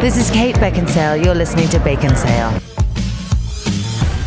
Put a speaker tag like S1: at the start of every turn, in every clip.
S1: This is Kate Beckinsale. You're listening to Bacon Sale.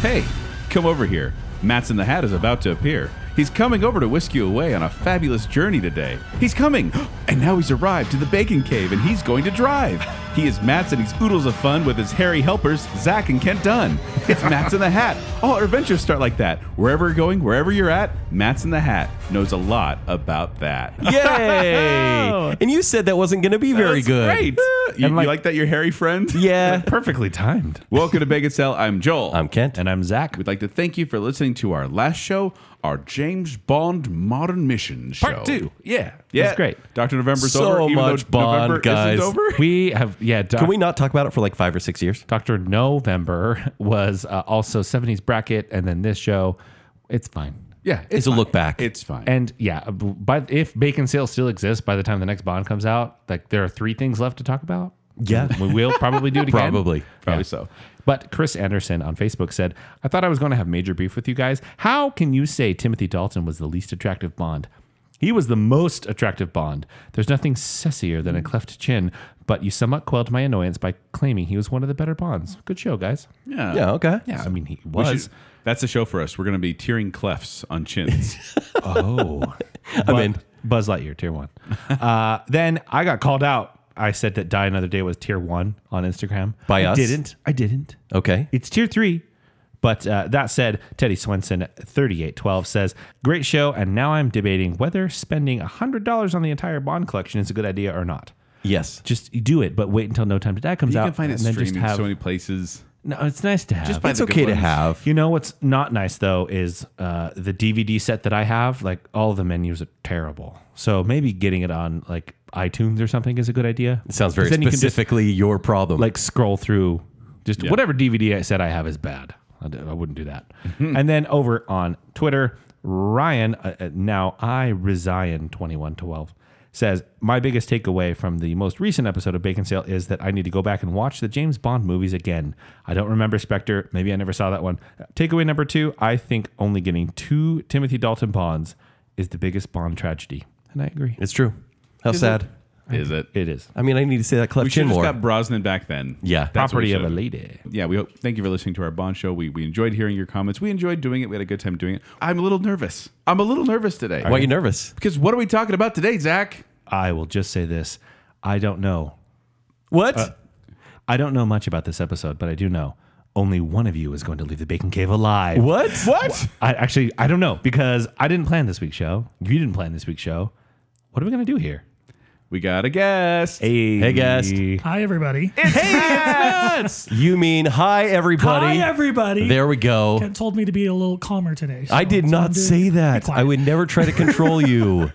S2: Hey, come over here. Matt's in the Hat is about to appear. He's coming over to whisk you away on a fabulous journey today. He's coming! And now he's arrived to the Bacon Cave and he's going to drive. He is Matt's and he's oodles of fun with his hairy helpers, Zach and Kent Dunn. It's Matt's in the Hat. All our adventures start like that. Wherever you're going, wherever you're at, Matt's in the Hat knows a lot about that.
S3: Yay! and you said that wasn't going to be very
S2: That's
S3: good.
S2: Great. You, you like, that, your hairy friend?
S3: Yeah.
S4: Perfectly timed.
S2: Welcome to Bacon Cell. I'm Joel.
S3: I'm Kent.
S4: And I'm Zach.
S2: We'd like to thank you for listening to our last show, our James Bond Modern Mission show.
S4: Part two. Yeah.
S2: Yeah,
S4: That's great.
S2: Doctor November's
S3: So
S2: over. even though
S3: much Bond,
S2: November
S3: guys.
S2: Isn't over.
S4: We have, yeah. Doc,
S3: Can we not talk about it for like five or six years?
S4: Dr. November was uh, also 70s bracket, and then this show. It's fine.
S2: yeah,
S3: It's a
S2: fine.
S3: look back.
S2: It's fine.
S4: And yeah, uh, by, if Bacon Sale still exists by the time the next Bond comes out, like there are three things left to talk about.
S3: Yeah.
S4: We will probably do it again.
S3: Probably.
S2: probably
S4: Yeah.
S2: so.
S4: But Chris Anderson on Facebook said, I thought I was going to have major beef with you guys. How can you say Timothy Dalton was the least attractive Bond? He was the most attractive Bond. There's nothing sessier than a cleft chin, but you somewhat quelled my annoyance by claiming he was one of the better Bonds. Good show, guys.
S2: Yeah.
S3: Yeah, okay.
S4: Yeah, I mean, he
S2: We
S4: was.
S2: should- that's a show for us. We're going to be tearing clefts on chins.
S4: Oh,
S3: I'm in.
S4: Buzz Lightyear, tier one. Uh, then I got called out. I said that Die Another Day was tier one on Instagram.
S3: By
S4: I
S3: us?
S4: Didn't I? Didn't
S3: Okay.
S4: it's tier three. But uh, that said, Teddy Swenson, 3812, says, Great show. And now I'm debating whether spending $100 on the entire Bond collection is a good idea or not.
S3: Yes.
S4: Just do it, but wait until No Time to Die comes
S2: you
S4: out.
S2: can find it
S4: and then just
S2: streaming
S4: have-
S2: so many places.
S4: No, it's nice to have.
S2: Just buy
S3: It's
S2: the good
S3: okay to
S2: ones.
S3: have.
S4: You know what's not nice though is uh, the DVD set that I have. Like all the menus are terrible. So maybe getting it on like iTunes or something is a good idea.
S3: It sounds very
S4: 'Cause then you can just,
S3: specifically your problem.
S4: like scroll through just whatever DVD I said I have is bad. I, d- I wouldn't do that. and then over on Twitter, Ryan, uh, uh, now I resign 2112, says, My biggest takeaway from the most recent episode of Bacon Sale is that I need to go back and watch the James Bond movies again. I don't remember Spectre. Maybe I never saw that one. Uh, Takeaway number two I think only getting two Timothy Dalton Bonds is the biggest Bond tragedy. And I agree.
S3: it's true. How sad.
S2: Is it?
S4: It is.
S3: I mean, I need to say that
S2: We
S3: cleft
S2: should
S3: chin
S2: have just
S3: more.
S2: got Brosnan back then.
S3: Yeah.
S2: That's what we
S4: Property of a
S2: should've-
S4: lady.
S2: yeah, we hope, thank you for listening to our Bond show. We, we enjoyed hearing your comments. We enjoyed doing it. We had a good time doing it. I'm a little nervous. I'm a little nervous today.
S3: Why are you nervous?
S2: Because what are we talking about today, Zach?
S4: I will just say this. I don't know
S3: What?
S4: I don't know much about this episode, but I do know only one of you is going to leave the bacon cave alive.
S3: what? What?
S4: I actually I don't know because I didn't plan this week's show. You didn't plan this week's show. What are we gonna do here?
S2: We got a guest.
S4: Hey,
S3: Hey, guest.
S5: Hi, everybody.
S3: You mean hi everybody?
S5: Hi, everybody.
S3: There we go.
S5: Kent told me to be a little calmer today. so
S3: I did
S5: that's what I'm
S3: not
S5: doing.
S3: say
S5: Be
S3: that.
S5: quiet.
S3: I would never try to control you.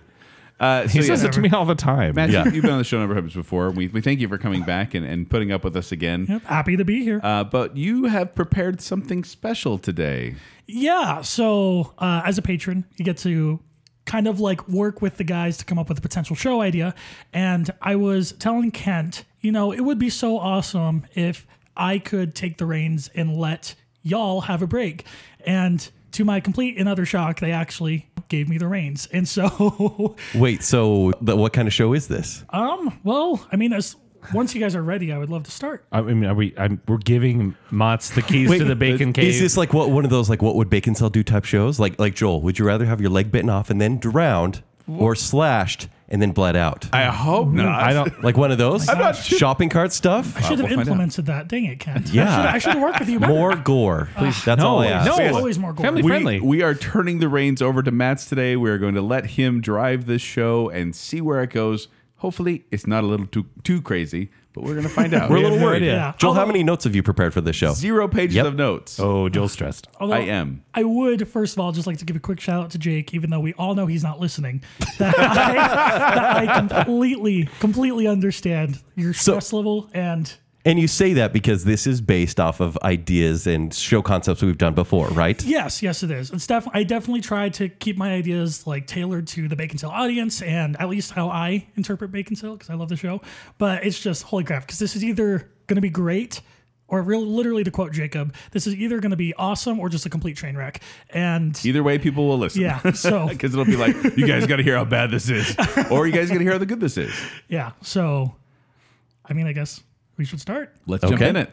S2: Uh, so
S4: He
S2: yeah,
S4: says it to me all the time.
S2: Matt,
S3: Yeah.
S2: you- you've been on the show a number of times before. We, we thank you for coming back and, and putting up with us again.
S5: Yep, happy to be here.
S2: Uh, but you have prepared something special today.
S5: yeah. So, uh, as a patron, you get to kind of like work with the guys to come up with a potential show idea. And I was telling Kent, you know, it would be so awesome if I could take the reins and let y'all have a break. And to my complete and utter shock, they actually gave me the reins. And so
S3: Wait, so the, what kind of show is this?
S5: Um. Well, I mean, as once you guys are ready, I would love to start.
S4: I mean, are we? I'm, we're giving Mott's the keys to the bacon cave.
S3: uh, Is this like what one of those like what would bacon cell do type shows? Like like Joel, would you rather have your leg bitten off and then drowned or slashed and then bled out?
S2: I hope not.
S4: I don't.
S3: like one of those shopping cart stuff?
S5: I should have
S2: we'll find out.
S5: implemented that. Dang it, Kent. I
S3: Yeah.
S5: should- I should have worked with you. better.
S3: More gore. Please. That's
S4: Oh,
S3: all I ask.
S5: no. It's always more gore.
S4: family
S2: We,
S4: friendly.
S2: we are turning the reins over to Matt's today. We are going to let him drive this show and see where it goes. Hopefully, it's not a little too too crazy, but we're going to find out.
S3: We're a
S4: have
S3: little
S4: no
S3: worried.
S4: idea.
S5: Yeah.
S3: Joel, how
S5: Although-
S3: many notes have you prepared for this show?
S2: Zero pages
S3: Yep.
S2: of notes.
S4: oh, Joel's stressed.
S5: Although
S2: I am.
S5: I would first of all just like to give a quick shout out to Jake, even though we all know he's not listening. That I, that I completely, completely understand your stress level and.
S3: And you say that because this is based off of ideas and show concepts we've done before, right?
S5: Yes, yes, it is. It's def- I definitely try to keep my ideas like tailored to the Bacon Sale audience and at least how I interpret Bacon Sale because I love the show. But it's just holy crap because this is either going to be great or real, literally to quote Jacob, this is either going to be awesome or just a complete train wreck. And
S2: Either way, people will listen.
S5: yeah, so
S2: Because it'll be like, you guys got to hear how bad this is, or you guys got to hear how the good this is.
S5: yeah, so I mean, I guess we should start.
S2: Let's jump
S3: Okay.
S2: in it.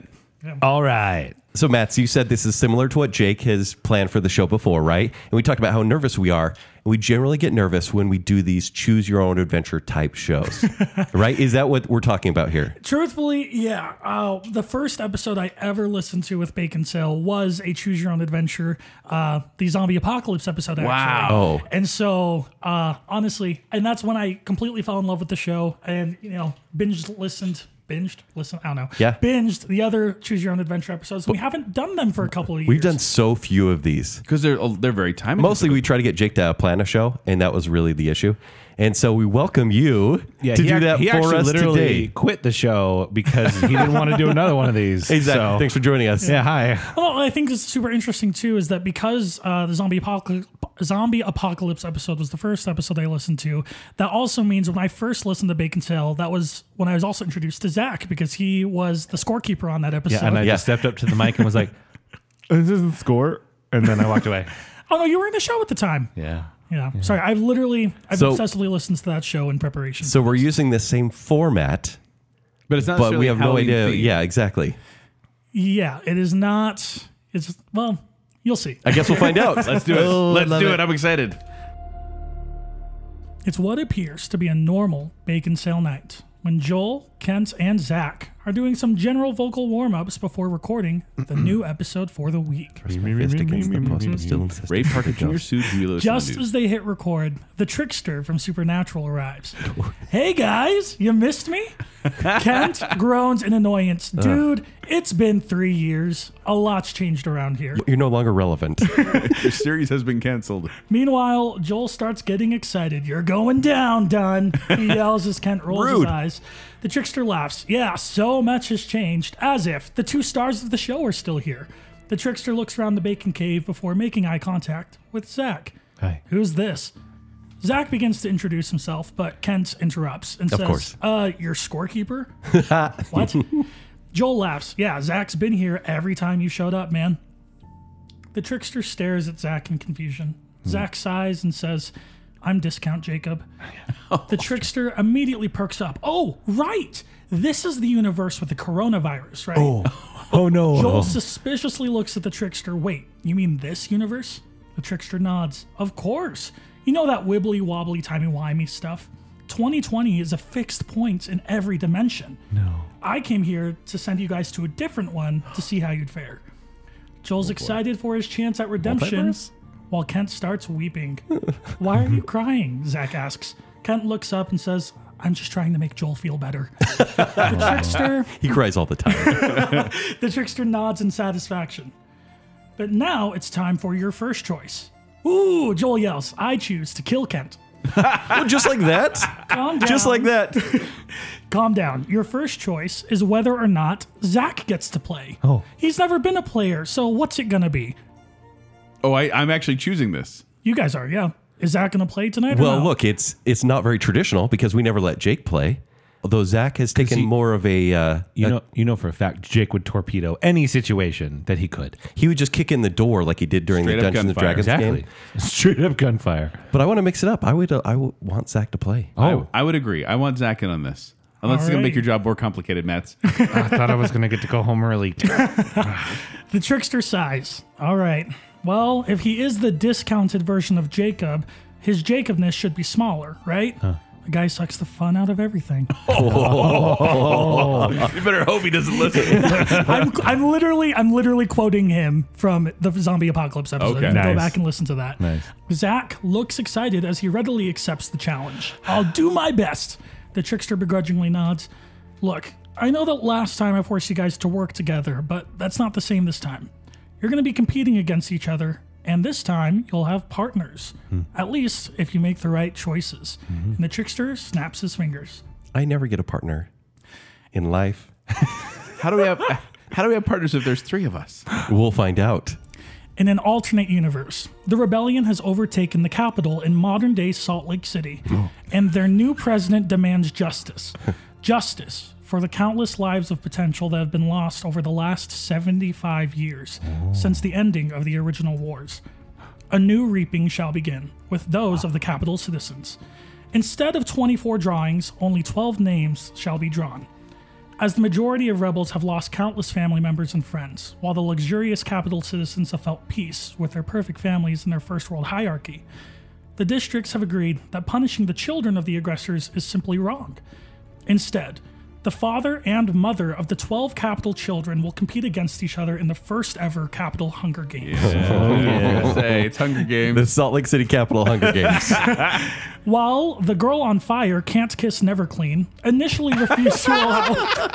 S4: All right.
S3: So, Mats, you said this is similar to what Jake has planned for the show before, right? And we talked about how nervous we are. And we generally get nervous when we do these choose your own adventure type shows, right? Is that what we're talking about here?
S5: Truthfully, yeah. Uh, the first episode I ever listened to with Bacon Sale was a Choose Your Own Adventure, uh, the zombie apocalypse episode. Actually.
S3: Oh.
S5: And so, uh, honestly, and that's when I completely fell in love with the show, and you know, binged, listened, binged, listened. I don't know.
S3: Yeah.
S5: Binged the other Choose Your Own Adventure episodes. and we haven't done them for a couple of years.
S3: We've done so few of these.
S2: Because they're oh, they're very time.
S3: Mostly we try to get Jake to plan a show, and that was really the issue. And so we welcome you to
S4: he
S3: do
S4: ac-
S3: that
S4: he
S3: for
S4: actually
S3: us
S4: literally
S3: today.
S4: quit the show because he didn't want to do another one of these.
S3: Exactly.
S4: So-
S3: Thanks for joining us.
S4: yeah. Hi.
S5: Well, I think is super interesting too is that because uh, the zombie apocalypse zombie apocalypse episode was the first episode I listened to. That also means when I first listened to Bacon Tale, that was when I was also introduced to Zach because he was the scorekeeper on that episode.
S4: Yeah. And I
S3: Yeah.
S4: just stepped up to the mic and was like, "This isn't score." And then I walked away.
S5: oh no, you were in the show at the time. Yeah,
S4: Yeah.
S5: sorry. I've literally I've
S3: So-
S5: obsessively listened to that show in preparation.
S3: So we're using the same format,
S2: but it's not.
S3: but
S2: necessarily
S3: we have no
S2: Halloween
S3: idea.
S2: themed.
S3: Yeah, exactly.
S5: yeah, it is not. It's well, you'll see.
S3: I guess we'll find out.
S2: Let's do it.
S3: Oh,
S2: Let's
S3: love
S2: do it. I'm excited.
S5: It's what appears to be a normal bacon sale night when Joel, Kent, and Zach are doing some general vocal warm ups before recording the new episode for the week.
S3: Fist against the post, but still insist.
S2: Ray Parker Jr. sued Julio
S5: Just
S2: Sandu.
S5: as they hit record, the trickster from Supernatural arrives. hey guys, you missed me? Kent groans in annoyance. Dude, it's been three years. A lot's changed around here.
S3: You're no longer relevant.
S2: Your series has been canceled.
S5: Meanwhile, Joel starts getting excited. You're going down, Dunn. He yells as Kent rolls his
S3: Rude.
S5: eyes. The trickster laughs. Yeah, so much has changed, as if the two stars of the show are still here. The trickster looks around the bacon cave before making eye contact with Zach.
S4: Hi.
S5: Who's this? Zach begins to introduce himself, but Kent interrupts and says,
S3: course.
S5: Uh, your scorekeeper? what? Joel laughs. Yeah, Zach's been here every time you showed up, man. The trickster stares at Zach in confusion. Zach sighs and says, I'm discount Jacob. The trickster immediately perks up. Oh, right. This is the universe with the coronavirus, right?
S4: Oh no.
S5: Joel suspiciously looks at the trickster. Wait, you mean this universe? The trickster nods. Of course. You know that wibbly wobbly timey wimey stuff. 2020 is a fixed point in every dimension. No. I came here to send you guys to a different one to see how you'd fare. Joel's excited for his chance at redemption
S2: Multiverse?
S5: while Kent starts weeping. Why are you crying? Zach asks. Kent looks up and says, I'm just trying to make Joel feel better. the trickster
S3: he cries all the time.
S5: the trickster nods in satisfaction. But now it's time for your first choice. Ooh, Joel yells, I choose to kill Kent.
S3: Oh, just like that?
S5: Calm down.
S3: Just like that.
S5: Calm down. Your first choice is whether or not Zach gets to play.
S4: Oh.
S5: He's never been a player, so what's it gonna be?
S2: Oh, I, I'm actually choosing this.
S5: You guys are, yeah. Is Zach gonna play tonight? or
S3: Well,
S5: no?
S3: look, it's it's not very traditional because we never let Jake play. Although Zach has taken
S4: he-
S3: more of a, uh,
S4: You
S3: a-
S4: know, you know for a fact Jake would torpedo any situation that he could.
S3: he would just kick in the door like he did during
S2: Straight
S3: the
S2: up
S3: Dungeons and
S2: gunfire.
S3: Dragons
S4: Exactly.
S3: game.
S4: Straight up gunfire.
S3: But I want to mix it up. I would uh, I would want Zach to play.
S4: Oh,
S2: I, I would agree. I want Zach in on this. Unless it's gonna
S5: Alright.
S2: make your job more complicated, Mats.
S4: I thought I was going to get to go home early.
S5: The trickster sighs. All right. Well, if he is the discounted version of Jacob, his Jacobness should be smaller, right? The guy sucks the fun out of everything.
S2: you better hope he doesn't listen.
S5: I'm, I'm literally I'm literally quoting him from the zombie apocalypse episode.
S2: Okay.
S5: You can Go
S4: Nice.
S5: back and listen to that.
S4: Nice.
S5: Zach looks excited as he readily accepts the challenge. I'll do my best. The trickster begrudgingly nods. Look, I know that last time I forced you guys to work together, but that's not the same this time. You're going to be competing against each other, and this time you'll have partners.
S4: Hmm.
S5: At least if you make the right choices.
S4: Mm-hmm.
S5: And the trickster snaps his fingers.
S3: I never get a partner in life.
S2: how do we have how do we have partners if there's three of us?
S3: We'll find out.
S5: In an alternate universe, the rebellion has overtaken the capital in modern day Salt Lake City, and their new president demands justice. justice for the countless lives of potential that have been lost over the last 75 years since the ending of the original wars. A new reaping shall begin with those of the capital citizens. Instead of 24 drawings, only 12 names shall be drawn. as the majority of rebels have lost countless family members and friends, while the luxurious capital citizens have felt peace with their perfect families in their first world hierarchy. The districts have agreed that punishing the children of the aggressors is simply wrong. Instead, the father and mother of the 12 capital children will compete against each other in the first ever capital Hunger Games.
S2: Yeah, say, it's Hunger
S3: The
S2: Games.
S3: Salt Lake City Capital Hunger Games.
S5: While the girl on fire can't kiss never clean, initially refused to allow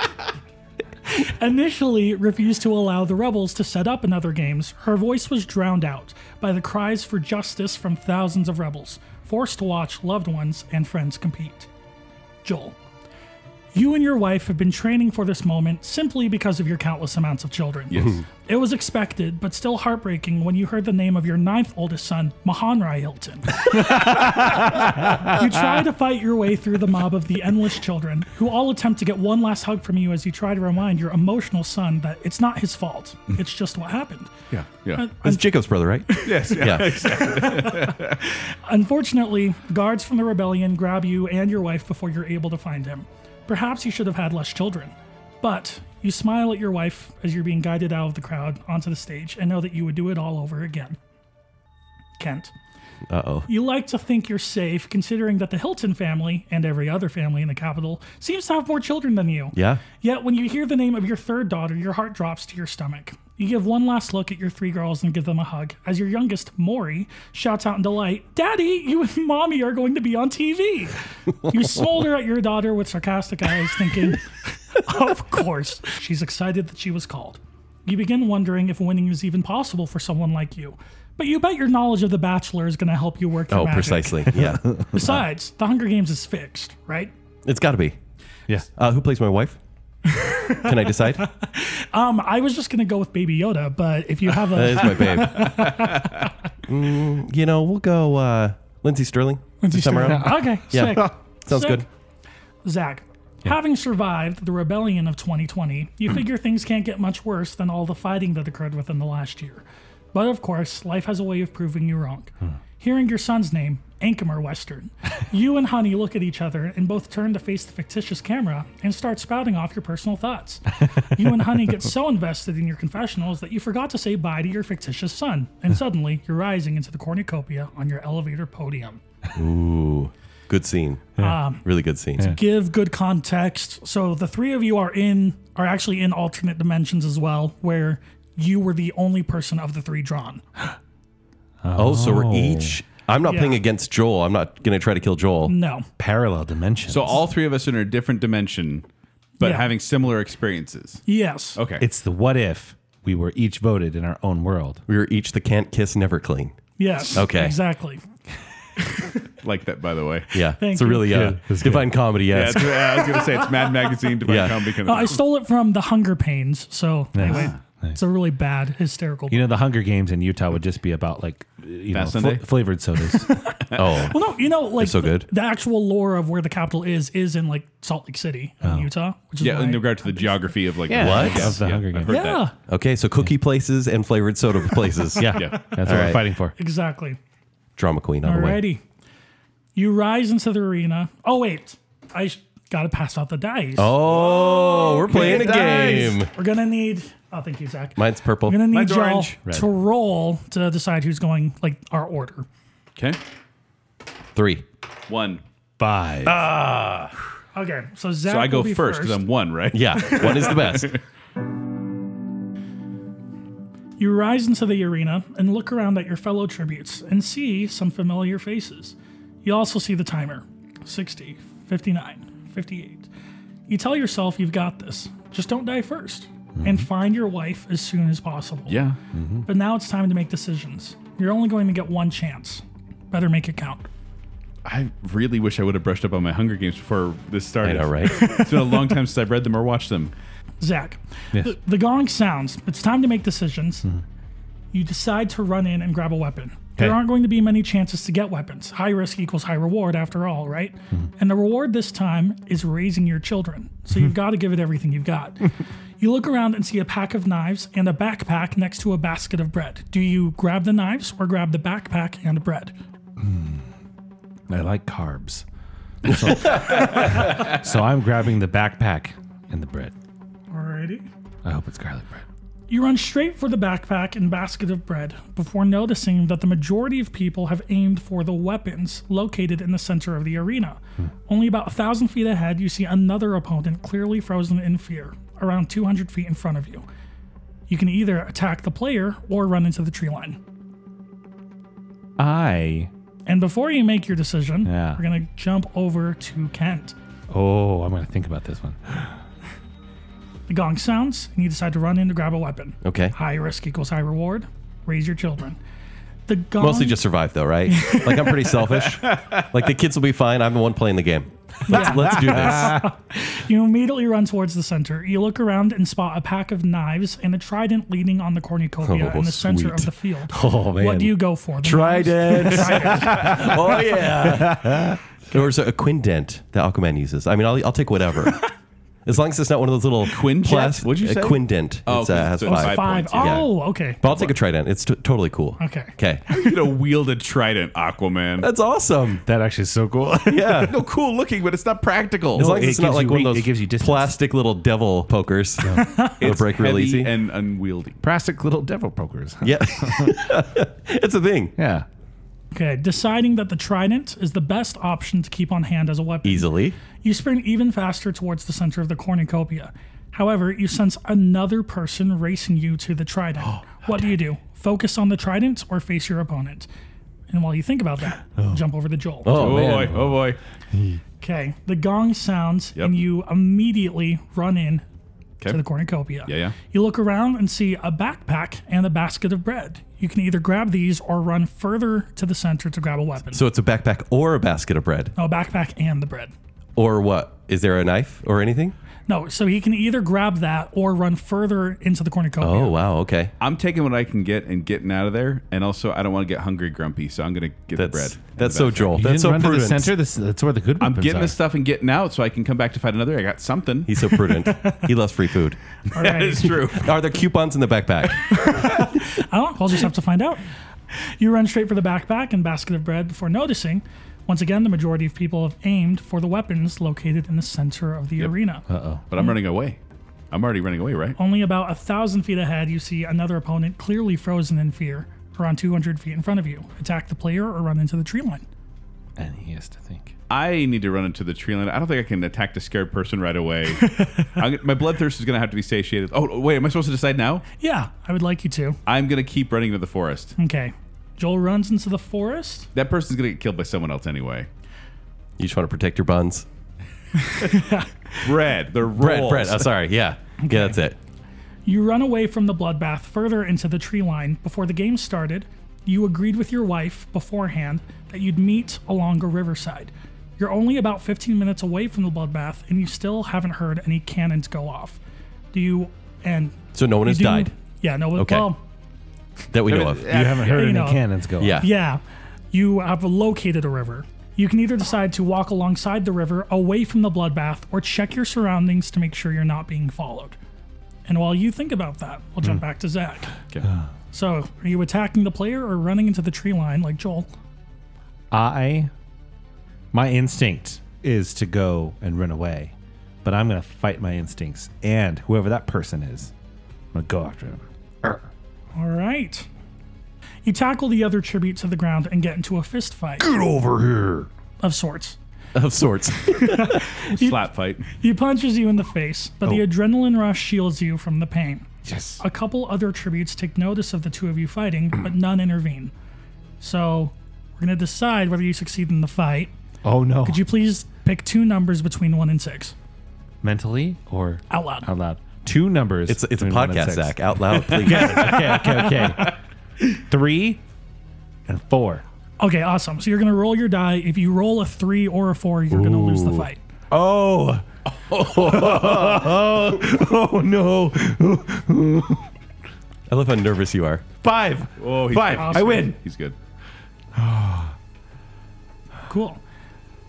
S5: initially refused to allow the rebels to set up in other games, her voice was drowned out by the cries for justice from thousands of rebels, forced to watch loved ones and friends compete. Joel, you and your wife have been training for this moment simply because of your countless amounts of children.
S2: Yes.
S5: It was expected, but still heartbreaking when you heard the name of your ninth oldest son, Mahanrai Hilton. you try to fight your way through the mob of the endless children, who all attempt to get one last hug from you as you try to remind your emotional son that it's not his fault. It's just what happened.
S2: Yeah, yeah.
S4: Uh,
S3: That's Jacob's brother, right?
S2: Yes, yeah.
S3: Yeah.
S5: Unfortunately, guards from the rebellion grab you and your wife before you're able to find him. Perhaps you should have had less children. But you smile at your wife as you're being guided out of the crowd onto the stage and know that you would do it all over again. Kent.
S3: Uh oh.
S5: You like to think you're safe, considering that the Hilton family and every other family in the capital seems to have more children than you.
S3: Yeah.
S5: Yet when you hear the name of your third daughter, your heart drops to your stomach. You give one last look at your three girls and give them a hug as your youngest, Maury, shouts out in delight, Daddy, you and Mommy are going to be on TV. You smolder at your daughter with sarcastic eyes, thinking, Of course. She's excited that she was called. You begin wondering if winning is even possible for someone like you. But you bet your knowledge of The Bachelor is going to help you work your
S3: Oh,
S5: magic.
S3: precisely. Yeah.
S5: Besides, The Hunger Games is fixed, right?
S3: It's got to be.
S4: Yeah.
S3: Uh, who plays my wife? Can I decide? That
S5: Um, I was just going to go with Baby Yoda, but if you have a...
S3: is my babe. Mm, you know, we'll go uh, Lindsay Sterling.
S5: Lindsay
S3: this time
S5: Sterling.
S3: around.
S5: Okay,
S3: Yeah.
S5: sick.
S3: Sounds
S5: Sick.
S3: good.
S5: Zach, having survived the rebellion of 2020, you
S3: Hmm.
S5: figure things can't get much worse than all the fighting that occurred within the last year. But of course, life has a way of proving you wrong.
S3: Hmm.
S5: Hearing your son's name, Ankomer Western, you and Honey look at each other and both turn to face the fictitious camera and start spouting off your personal thoughts. you and Honey get so invested in your confessionals that you forgot to say bye to your fictitious son,
S3: Hmm.
S5: and suddenly you're rising into the cornucopia on your elevator podium.
S3: Ooh, good scene. really good scene.
S5: give good context. So the three of you are in are actually in alternate dimensions as well, where you were the only person of the three drawn.
S3: Oh, so we're each. I'm not
S5: Yeah.
S3: playing against Joel. I'm not going to try to kill Joel.
S5: No.
S4: Parallel dimensions.
S2: So all three of us are in a different dimension, but
S5: Yeah.
S2: having similar experiences.
S5: Yes.
S2: Okay.
S4: it's the what if we were each voted in our own world.
S3: We were each the can't kiss, never clean.
S5: Yes.
S3: Okay.
S5: Exactly.
S2: like that, by the way.
S3: Yeah.
S5: Thank
S3: it's a
S5: you.
S3: really uh, divine comedy.
S2: Yeah,
S3: Yeah.
S2: it's- I was going to say it's Mad Magazine to
S3: Yeah.
S2: yeah. comedy kind
S5: Uh,
S2: of
S5: I
S2: thing.
S5: stole it from The Hunger Pains, so anyway,
S4: Nice.
S5: it's a really bad hysterical.
S4: You know, the Hunger Games in Utah would just be about like you know
S2: Fast
S4: fl-
S2: Sunday?
S4: flavored sodas.
S3: Oh,
S5: well, no, you know, like
S3: so
S5: the-
S3: good.
S5: The, actual lore of where the capital is is in like Salt Lake City, in Utah, which is
S2: Oh. Yeah, in
S5: why-
S2: regard to the geography of like
S3: What?
S2: Yeah,
S4: Of the
S2: yeah,
S4: Hunger
S2: I've
S4: Games.
S2: heard
S5: yeah,
S2: that.
S3: okay. So cookie places and flavored soda places.
S4: yeah,
S2: Yeah.
S4: that's what
S3: right.
S4: we're fighting for.
S5: exactly.
S3: Drama queen on the way.
S5: Alrighty. You rise into the arena. Oh wait, I sh- gotta pass out the dice.
S3: Oh, we're playing a
S2: Okay, nice.
S3: game.
S5: We're gonna need. Oh, thank you, Zach.
S3: Mine's purple.
S5: We're gonna need
S2: Mine's
S5: y'all
S2: orange.
S4: Red.
S5: to roll to decide who's going like our order.
S2: Okay.
S3: Three.
S2: One.
S4: Five.
S5: Okay, so Zach.
S2: So I go
S5: will be
S2: first because I'm one, right?
S3: Yeah. One is the best.
S5: You rise into the arena and look around at your fellow tributes and see some familiar faces. You also see the timer 60, 59, 58. You tell yourself you've got this. Just don't die 1st and find your wife as soon as possible.
S2: Mm-hmm. Yeah.
S3: Mm.
S5: But now it's time to make decisions. You're only going to get one chance. Better make it count.
S2: I really wish I would have brushed up on my Hunger Games before this
S3: I
S2: started.
S3: know, right?
S2: it's been a long time since I've read them or watched them.
S5: Zach, the, the gong sounds. It's time to make decisions. You decide to run in and grab a weapon. There
S4: Okay.
S5: aren't going to be many chances to get weapons. High risk equals high reward, after all, right? And the reward this time is raising your children. So you've got to give it everything you've got. you look around and see a pack of knives and a backpack next to a basket of bread. Do you grab the knives or grab the backpack and bread?
S4: I like carbs. So, so I'm grabbing the backpack and the bread.
S5: Alrighty.
S4: I hope it's garlic bread.
S5: You run straight for the backpack and basket of bread before noticing that the majority of people have aimed for the weapons located in the center of the arena.
S3: Hmm.
S5: Only about a thousand feet ahead, you see another opponent clearly frozen in fear, around 200 feet in front of you. You can either attack the player or run into the tree line.
S4: I
S5: And before you make your decision,
S4: Yeah.
S5: we're going to jump over to Kent.
S4: oh, I'm gonna think about this one.
S5: The gong sounds, and you decide to run in to grab a weapon.
S3: Okay.
S5: High risk equals high reward. Raise your children. The gong
S3: Mostly just survive though, right? Like I'm pretty selfish. Like the kids will be fine. I'm the one playing the game. Let's, let's do this.
S5: You immediately run towards the center. You look around and spot a pack of knives and a trident leaning on the cornucopia
S3: Oh,
S5: in the center of
S3: sweet.
S5: the field.
S3: Oh man.
S5: What do you go for? The
S3: Trident.
S5: knives? Trident.
S3: oh yeah. There was a, a quindent that Aquaman uses. I mean, I'll, I'll take whatever. As long as it's not one of those little
S2: Quinjet?
S3: plas-
S2: What'd you
S3: a
S2: say?
S3: Quindent.
S2: Oh,
S3: it's, uh,
S2: 'cause
S3: has
S2: it's
S3: five.
S2: five.
S5: Five.
S2: points,
S3: yeah.
S5: Oh, okay.
S3: But I'll take a trident. It's t- totally cool.
S5: Okay.
S3: Okay.
S2: You know, wield a trident, Aquaman.
S3: That's awesome.
S4: That actually is so cool.
S3: Yeah.
S2: no, cool looking, but it's not practical.
S3: As long as
S4: it
S3: it's not
S4: gives
S3: like
S4: you
S3: one of
S4: reach-
S3: those
S4: it gives you distance.
S3: plastic little devil pokers. It'll break real
S2: Heavy
S3: easy.
S2: and unwieldy.
S4: Plastic little devil pokers.
S3: yeah. it's a thing.
S4: Yeah.
S5: Okay. Deciding that the trident is the best option to keep on hand as a weapon.
S3: Easily.
S5: You sprint even faster towards the center of the cornucopia. However, you sense another person racing you to the trident.
S3: Oh,
S5: what do you do? Focus on the trident or face your opponent? And while you think about that, jump over to Joel.
S3: Oh,
S2: Oh,
S3: man.
S2: boy, oh boy.
S5: Okay, the gong sounds,
S2: Yep.
S5: and you immediately run in to
S2: Okay.
S5: the cornucopia.
S2: Yeah, yeah.
S5: You look around and see a backpack and a basket of bread. You can either grab these or run further to the center to grab a weapon.
S3: So it's a backpack or a basket of bread.
S5: no, backpack and the bread.
S3: Or what? Is there a knife or anything?
S5: No, so he can either grab that or run further into the cornucopia.
S3: Oh, wow. Okay.
S2: I'm taking what I can get and getting out of there. And also, I don't want to get hungry, grumpy, so I'm going to get the
S3: That's,
S2: bread. and the
S3: that's so
S2: basket.
S3: Joel.
S4: You
S3: that's
S4: didn't
S3: so
S4: run
S3: prudent.
S4: to the center. This, that's where the good
S2: I'm
S4: weapons
S2: getting
S4: are.
S2: the stuff and getting out so I can come back to fight another. I got something.
S3: He's so prudent. he loves free food.
S5: All right.
S2: that is true.
S3: Are there coupons in the backpack?
S5: I don't know. I'll just have to find out. You run straight for the backpack and basket of bread before noticing. Once again, the majority of people have aimed for the weapons located in the center of the arena.
S2: But
S3: Hmm.
S2: I'm running away. I'm already running away, right?
S5: Only about a thousand feet ahead, you see another opponent clearly frozen in fear, around 200 feet in front of you. Attack the player or run into the tree line.
S4: and he has to think.
S2: I need to run into the tree line. I don't think I can attack the scared person right away. I'm, my bloodthirst is going to have to be satiated. Oh, wait, am I supposed to decide now?
S5: Yeah, I would like you to.
S2: I'm going to keep running into the
S3: Hmm.
S2: forest.
S5: Okay. Joel runs into the forest.
S2: That person's going to get killed by someone else anyway.
S3: You just want to protect your buns.
S2: Bread. They're
S3: Bread,
S2: rolls.
S3: bread. Oh, sorry. Yeah. Yeah, that's it.
S5: You run away from the bloodbath further into the tree line. Before the game started, you agreed with your wife beforehand that you'd meet along a riverside. You're only about 15 minutes away from the bloodbath, and you still haven't heard any cannons go off. Do you? And
S3: So no one
S5: you
S3: has
S5: do-
S3: died
S5: Yeah, no.
S3: Okay.
S5: Well,
S3: that we
S2: I
S3: know
S2: mean,
S3: of.
S2: yeah,
S4: You haven't heard
S5: you
S4: any
S5: know.
S4: cannons go.
S3: Yeah.
S5: Yeah, you have located a river. You can either decide to walk alongside the river away from the bloodbath or check your surroundings to make sure you're not being followed. And while you think about that, we'll jump back to Zach.
S2: Okay.
S5: So, are you attacking the player or running into the tree line like Joel?
S4: I, my instinct is to go and run away, but I'm gonna fight my instincts and whoever that person is, I'm gonna go after him.
S5: All right. You tackle the other tribute to the ground and get into a fist fight
S4: Get over here.
S5: of sorts.
S3: Of sorts.
S2: Slap fight.
S5: He punches you in the face, but the
S4: Oh.
S5: adrenaline rush shields you from the pain.
S4: Yes.
S5: A couple other tributes take notice of the two of you fighting, but none intervene. So we're going to decide whether you succeed in the fight.
S4: Oh no.
S5: Could you please pick two numbers between one and six
S4: mentally or
S5: out loud?
S4: out loud? Two numbers.
S3: It's, it's a
S4: between one and
S3: podcast,
S4: six.
S3: Zach. Out loud, please.
S4: okay, okay, okay. Three and four.
S5: Okay, awesome. So you're going to roll your die. If you roll a three or a four, you're going to lose the
S4: Ooh.
S5: fight.
S4: Oh. Oh, no.
S3: I love how nervous you are.
S4: Five.
S2: Oh, he's
S4: Five. I win.
S2: He's good.
S5: Cool.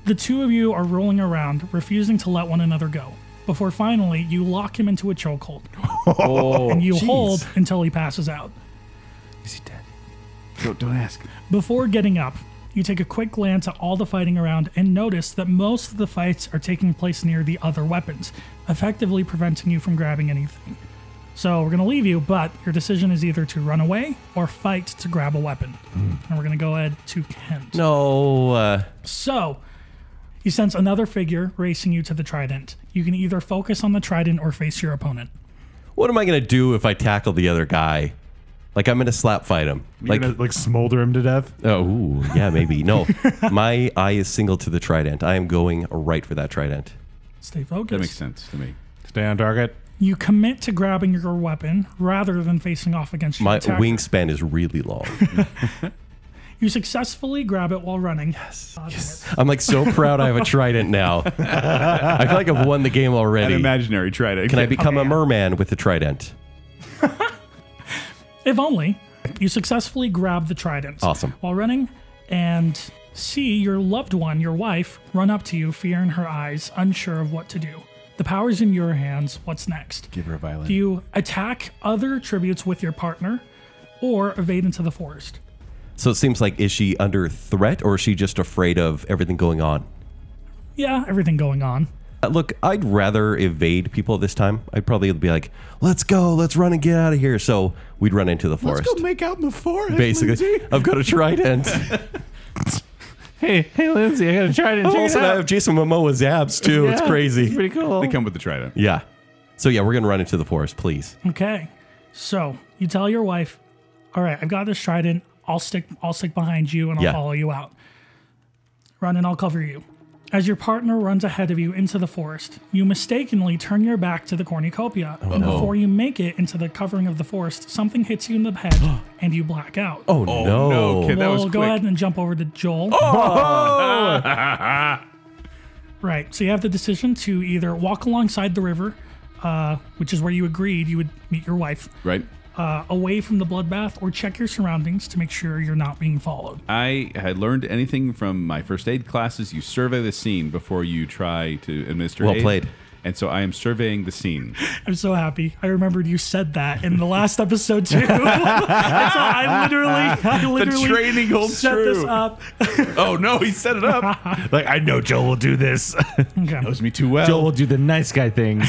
S5: The two of you are rolling around, refusing to let one another go. Before finally, you lock him into a chokehold, and you hold until he passes out.
S4: Is he dead?
S2: Don't, don't ask.
S5: Before getting up, you take a quick glance at all the fighting around and notice that most of the fights are taking place near the other weapons, effectively preventing you from grabbing anything. So we're going to leave you, but your decision is either to run away or fight to grab a weapon. And we're going to go ahead to Kent.
S3: No. Uh,
S5: So, you sense another figure racing you to the trident. You can either focus on the trident or face your opponent.
S3: what am I gonna do if I tackle the other guy? Like I'm gonna slap fight him.
S4: Like,
S3: Like
S4: like smolder him to death.
S3: oh ooh, yeah maybe no. My eye is single to the trident. I am going right for that trident.
S5: Stay focused.
S2: That makes sense to me.
S4: Stay on target.
S5: You commit to grabbing your weapon rather than facing off against your
S3: My
S5: attacker.
S3: wingspan is really long.
S5: You successfully grab it while running. Uh,
S3: I'm like so proud I have a trident now. I feel like I've won the game
S2: An
S3: already.
S2: imaginary trident.
S3: Can I become
S5: Okay.
S3: a merman with a trident?
S5: If only you successfully grab the trident.
S3: Awesome.
S5: While running and see your loved one, your wife, run up to you, fear in her eyes, unsure of what to do. The power's in your hands. What's next?
S2: give her a violin?
S5: Do you attack other tributes with your partner or evade into the forest?
S3: So it seems like is she under threat or is she just afraid of everything going on?
S5: Yeah, everything going on.
S3: Uh, Look, I'd rather evade people this time. I'd probably be like, "Let's go, let's run and get out of here." So we'd run into the forest.
S2: make out in the forest.
S3: Basically, I've got a trident.
S4: Hey, hey, Lindsay, I got to try it.
S3: Oh, also, I have Jason Momoa's abs too. it's crazy.
S4: pretty cool.
S2: They come with the trident.
S3: Yeah. So yeah, we're gonna run into the forest, please.
S5: Okay. So you tell your wife, all right, I've got this trident. I'll stick I'll stick behind you and I'll
S3: Yeah.
S5: follow you out. Run and I'll cover you. As your partner runs ahead of you into the forest, you mistakenly turn your back to the cornucopia.
S2: Oh,
S5: and before you make it into the covering of the forest, something hits you in the head and you black out.
S3: Oh, no!
S2: no, kid. that was
S5: we'll go
S2: quick. Oh!
S5: ahead and jump over to Joel. right. So you have the decision to either walk alongside the river, uh, which is where you agreed you would meet your wife,
S2: Right?
S5: uh, away from the bloodbath, or check your surroundings to make sure you're not being followed.
S2: I had learned anything from my first aid classes. You survey the scene before you try to administer
S3: Well
S2: aid.
S3: played.
S2: And so I am surveying the scene.
S5: I'm so happy. I remembered you said that in the last episode too. And so I literally, I literally
S2: training holds
S5: set this
S2: true.
S5: up.
S2: oh no, he set it up.
S4: like, I know Joel will do this.
S5: Okay.
S2: Knows me too well.
S4: Joel will do the nice guy thing.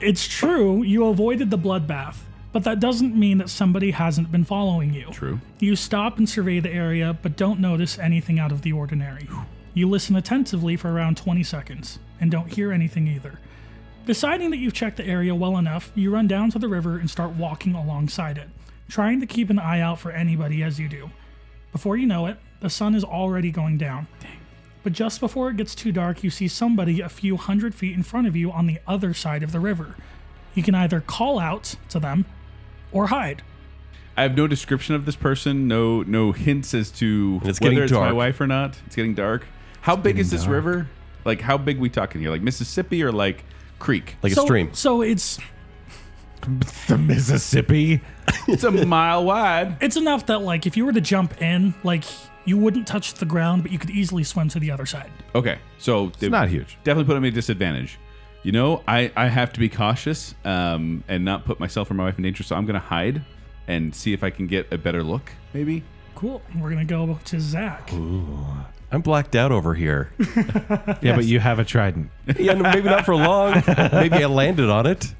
S5: It's true, you avoided the bloodbath, but that doesn't mean that somebody hasn't been following you.
S2: True.
S5: You stop and survey the area, but don't notice anything out of the ordinary. You listen attentively for around 20 seconds and don't hear anything either. Deciding that you've checked the area well enough, you run down to the river and start walking alongside it, trying to keep an eye out for anybody as you do. Before you know it, the sun is already going down. But just before it gets too dark, you see somebody a few hundred feet in front of you on the other side of the river. You can either call out to them or hide.
S2: I have no description of this person, no no hints as to
S3: It's
S2: whether
S3: getting
S2: it's my
S3: dark.
S2: wife or not. It's getting dark. How big is this river? Like how big we talking here? Like Mississippi or like creek?
S3: Like
S5: so,
S3: a stream.
S5: So it's
S4: the Mississippi.
S2: It's a mile wide.
S5: it's enough that like if you were to jump in, like you wouldn't touch the ground, but you could easily swim to the other side.
S2: Okay, so it's
S4: not huge.
S2: Definitely put me at a disadvantage. You know, I, I have to be cautious um, and not put myself or my wife in danger. So I'm going to hide and see if I can get a better look. Maybe
S5: Cool. We're gonna go to Zach.
S3: I'm blacked out over here.
S4: Yeah, but you have a trident.
S3: yeah, no, maybe not for long. Maybe I landed on it.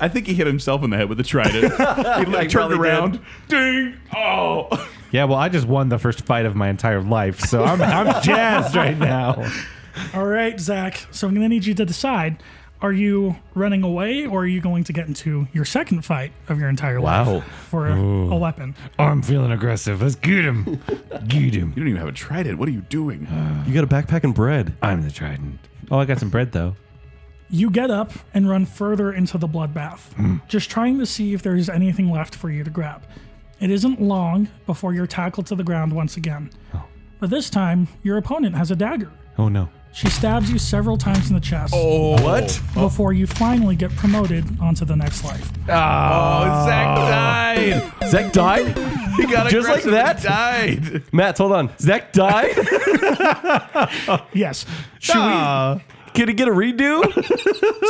S2: I think he hit himself in the head with a trident. he like, turned
S3: probably did.
S2: around, ding! Oh,
S4: Yeah, well, I just won the first fight of my entire life, so I'm, I'm jazzed right now.
S5: All right, Zach. So I'm gonna need you to decide: Are you running away, or are you going to get into your second fight of your entire
S3: Wow.
S4: Oh.
S5: life for a, a weapon?
S4: I'm feeling aggressive. Let's get him. Get him.
S2: you don't even have a trident. What are you doing?
S3: You got a backpack and bread.
S4: I'm the trident. Oh, I got some bread, though.
S5: You get up and run further into the bloodbath,
S3: Hmm.
S5: just trying to see if there's anything left for you to grab. It isn't long before you're tackled to the ground once again.
S3: Oh.
S5: But this time, your opponent has a dagger.
S4: Oh, no.
S5: She stabs you several times in the chest
S3: Oh. What?
S5: before you finally get promoted onto the next life.
S2: Oh, Zach died.
S3: Zach died?
S2: He got
S3: Just like
S2: aggressive and
S3: that?
S2: Died.
S3: Matt, hold on. Zach died?
S5: Yes.
S3: Should we? Can he get a redo?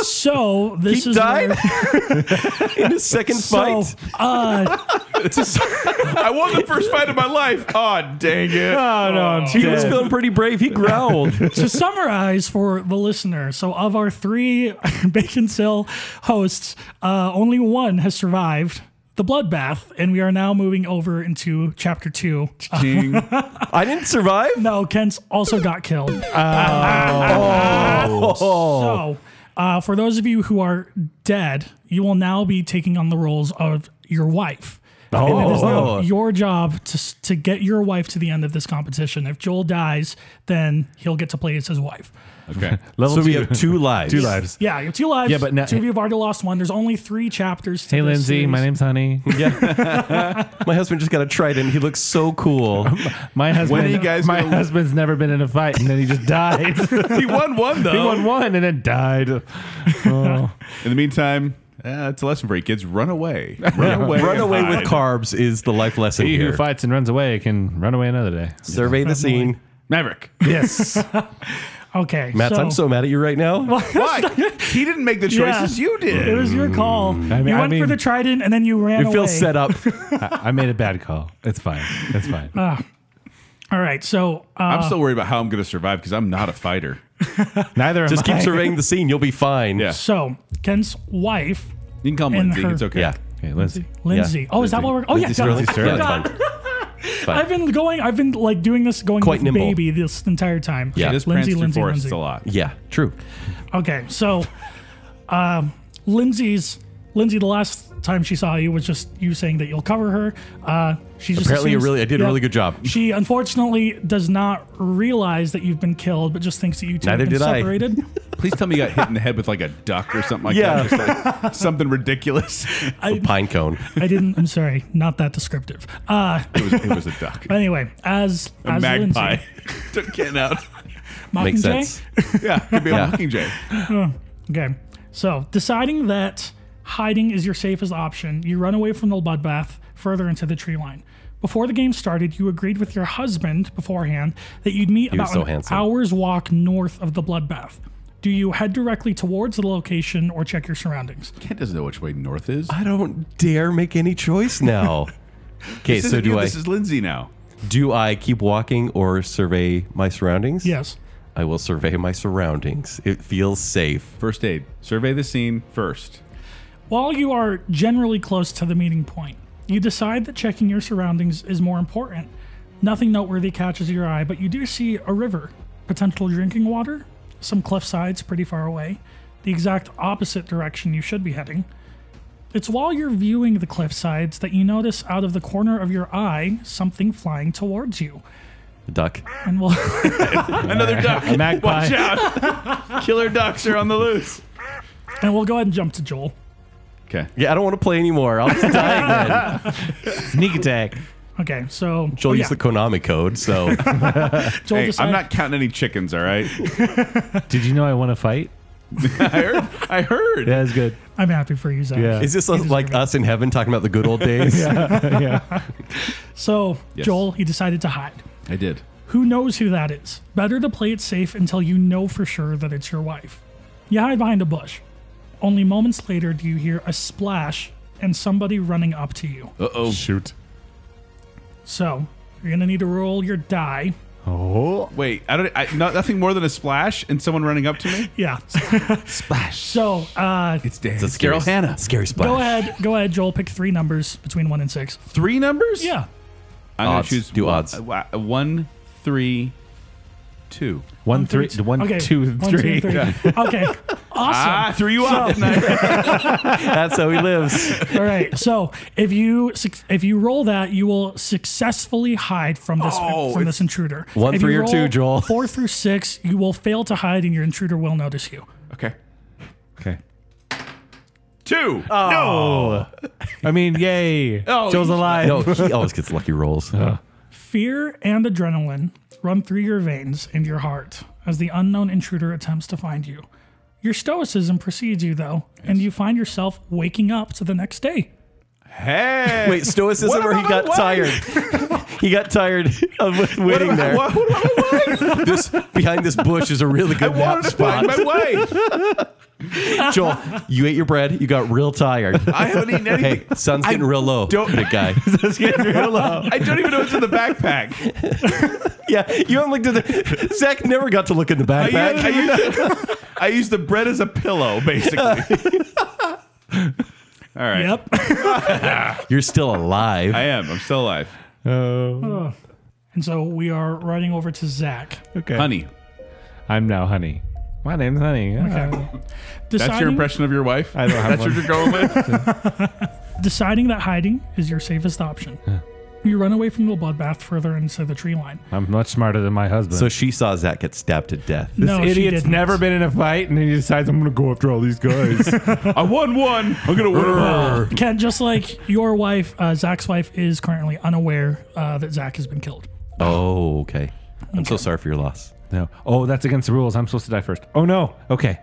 S5: So this
S3: He
S5: is
S3: died
S5: where-
S3: in his second
S5: so
S3: fight?
S5: uh,
S2: It's a cir- I won the first fight of my life. Oh, dang it.
S4: Oh, no, I'm
S3: He was feeling pretty brave. He growled.
S5: to summarize for the listener, so of our three Bacon Cell hosts, uh, only one has survived the bloodbath, and we are now moving over into chapter two. Uh,
S2: King.
S3: I didn't survive.
S5: No, Kent's also got killed. So, uh, for those of you who are dead, you will now be taking on the roles of your wife. and it is now
S3: Oh.
S5: your job to, s- to get your wife to the end of this competition. If Joel dies, then he'll get to play as his wife.
S2: Okay.
S4: Level
S3: So
S4: two.
S3: we have two lives.
S4: two lives.
S5: Yeah, you have two lives.
S4: Yeah, but now-
S5: two of you have already lost one. There's only three chapters. To
S4: Hey,
S5: this
S4: Lindsay. My
S5: series.
S4: name's Honey.
S3: My husband just got a trident. He looks so cool.
S4: My husband.
S2: are you guys
S4: my
S2: gonna-
S4: husband's never been in a fight, and then he just died. he
S2: He won one, though.
S4: won one and then died. Oh.
S2: In the meantime, uh, it's a lesson for you kids. Run away. Run away.
S3: Run
S2: and
S3: away with
S2: hide.
S3: carbs is the life lesson
S4: He who
S3: here.
S4: fights and runs away can run away another day.
S3: Survey the scene.
S2: Maverick.
S4: Yes.
S5: Okay,
S3: Matt, I'm so mad at you right now.
S2: Why? he didn't make the choices
S5: Yeah.
S2: you did.
S5: It was your call. you
S4: Mm. I
S5: went for
S4: mean-
S5: the trident and then you ran
S3: You feel
S5: away.
S3: set up.
S4: I, I made a bad call. It's fine. It's fine.
S5: All right, so uh,
S2: I'm still worried about how I'm going to survive because I'm not a fighter.
S4: Neither
S3: Just
S4: am
S3: keep
S4: I.
S3: surveying the scene. You'll be fine.
S2: Yeah.
S5: so Ken's wife,
S2: You can call him
S5: And
S2: Lindsay.
S5: her-
S2: It's okay.
S3: Yeah.
S4: Hey, Lindsay.
S5: Lindsay. oh, is that what we're? Oh
S3: Lindsay
S5: yeah,
S3: Sterling.
S5: duh.
S3: Yeah, it's
S5: Forgot.
S3: fine. fine.
S5: I've been going. I've been like doing this, going
S3: Quite
S5: with
S3: nimble.
S5: baby this entire time.
S3: Yeah.
S2: It is
S5: Lindsay,
S2: Lindsay,
S5: Lindsay,
S2: forests
S5: Lindsay.
S2: a lot.
S3: Yeah, true.
S5: Okay, so, um, Lindsay's Lindsay. The last time she saw you was just you saying that you'll cover her. Uh, she just
S3: Apparently, you
S5: assumes-
S3: really, I did a
S5: Yeah.
S3: really good job.
S5: She unfortunately does not realize that you've been killed, but just thinks that you two
S3: Neither
S5: have been
S3: did I.
S5: separated.
S2: Please tell me you got hit in the head with like a duck or something like
S3: Yeah.
S2: that. Just like something ridiculous.
S3: Pine cone.
S5: I didn't. I'm sorry, not that descriptive. Uh,
S2: It was, it was a duck.
S5: but anyway, as
S2: A
S5: as
S2: magpie
S5: Lindsay,
S2: took Ken out.
S3: Makes
S5: Mockingjay?
S3: sense.
S2: Yeah, could be a mockingjay.
S5: Okay. So deciding that hiding is your safest option, you run away from the bloodbath further into the tree line. Before the game started, you agreed with your husband beforehand that you'd meet about
S3: was so
S5: an
S3: handsome.
S5: hour's walk north of the bloodbath. Do you head directly towards the location or check your surroundings?
S2: Ken doesn't know which way north is.
S3: I don't dare make any choice now. Okay,
S2: This
S3: so
S2: isn't you,
S3: do I
S2: This is Lindsay now.
S3: do I keep walking or survey my surroundings?
S5: Yes.
S3: I will survey my surroundings. It feels safe.
S2: First aid. Survey the scene first.
S5: While you are generally close to the meeting point, you decide that checking your surroundings is more important. Nothing noteworthy catches your eye, but you do see a river, potential drinking water, some cliff sides pretty far away, the exact opposite direction you should be heading. It's while you're viewing the cliff sides that you notice out of the corner of your eye something flying towards you.
S3: Duck.
S5: And we'll
S2: Another duck.
S4: A magpie.
S2: Watch out. Killer ducks are on the loose.
S5: and we'll go ahead and jump to Joel.
S2: Okay.
S3: Yeah, I don't want to play anymore. I'll just die again.
S4: Sneak attack.
S5: Okay, so
S3: Joel
S5: oh,
S3: used the Konami code, so
S5: Joel
S2: Hey,
S5: decide-
S2: I'm not counting any chickens, all right?
S4: Did you know I want to fight?
S2: I heard. I heard.
S4: Yeah, it's good.
S5: I'm happy for you, Zach.
S4: Yeah.
S3: is this uh, like us in heaven talking about the good old days?
S4: yeah.
S5: So
S2: Yes.
S5: Joel, he decided to hide.
S2: I did.
S5: Who knows who that is? Better to play it safe until you know for sure that it's your wife. You hide behind a bush. Only moments later do you hear a splash and somebody running up to you.
S2: Uh oh.
S4: Shoot.
S5: So you're gonna need to roll your die.
S4: Oh.
S2: Wait, I don't. I, no, nothing more than a splash and someone running up to me.
S5: Yeah.
S3: Splash.
S5: So uh,
S2: It's Dan.
S3: It's a scary,
S2: Hannah.
S3: Scary splash.
S5: go ahead, go ahead, Joel. Pick three numbers between one and six.
S2: Three numbers.
S5: Yeah.
S2: I'm gonna
S3: Odds.
S2: choose
S3: Do
S2: one-
S3: odds.
S2: uh, wa- One, three, two.
S4: One, three,
S5: Three-
S4: one,
S5: okay.
S4: two,
S5: One, two,
S4: three.
S5: three. Okay. Awesome.
S2: I threw you off. didn't I?
S3: That's how he lives.
S5: All right. So if you suc- if you roll that, you will successfully hide from this
S2: Oh,
S5: from
S2: it's-
S5: this intruder.
S3: One,
S5: If you
S3: three, or two,
S5: roll
S3: Joel.
S5: Four through six, you will fail to hide, and your intruder will notice you.
S2: okay.
S4: Okay.
S2: Two.
S4: No. I mean, yay.
S2: Oh,
S4: Joel's
S2: you-
S4: alive.
S3: No, he always gets lucky rolls.
S5: Fear and adrenaline run through your veins and your heart as the unknown intruder attempts to find you. Your stoicism precedes you, though, and you find yourself waking up to the next day.
S2: Hey.
S3: Wait, stoicism
S2: What
S3: or he
S2: about
S3: got
S2: my
S3: tired? He got tired of waiting
S2: What
S3: there.
S2: am I- what am I
S3: This behind this bush is a really
S2: I
S3: good nap
S2: wanted to find
S3: spot.
S2: my wife.
S3: Joel, you ate your bread. You got real tired.
S2: I haven't eaten anything.
S3: Hey, sun's getting real low.
S2: don't-
S3: big guy.
S2: I don't even know what's in the backpack.
S3: yeah, you haven't looked at the. Zach never got to look in the
S2: I use, I,
S3: backpack.
S2: use, I use the bread as a pillow, basically. All right.
S5: Yep.
S3: You're still alive.
S2: I am. I'm still alive.
S4: Oh,
S5: and so we are running over to Zach.
S4: Okay.
S2: Honey,
S4: I'm now honey. My name's Honey. Okay.
S5: Uh, Deciding,
S2: that's your impression of your wife?
S4: I don't have
S2: that's
S4: one.
S2: what you're going with?
S5: Deciding that hiding is your safest option. You run away from the bloodbath further into the tree line.
S4: I'm much smarter than my husband.
S3: So she saw Zach get stabbed to death.
S4: this
S5: no, she
S4: idiot's
S5: didn't.
S4: never been in a fight, and then he decides I'm gonna go after all these guys.
S2: I won one. I'm going to win 'em all.
S5: Ken, just like your wife, uh, Zach's wife is currently unaware uh, that Zach has been killed.
S3: Oh, okay. I'm so sorry for your loss.
S4: no. Oh, that's against the rules. I'm supposed to die first. Oh no. Okay.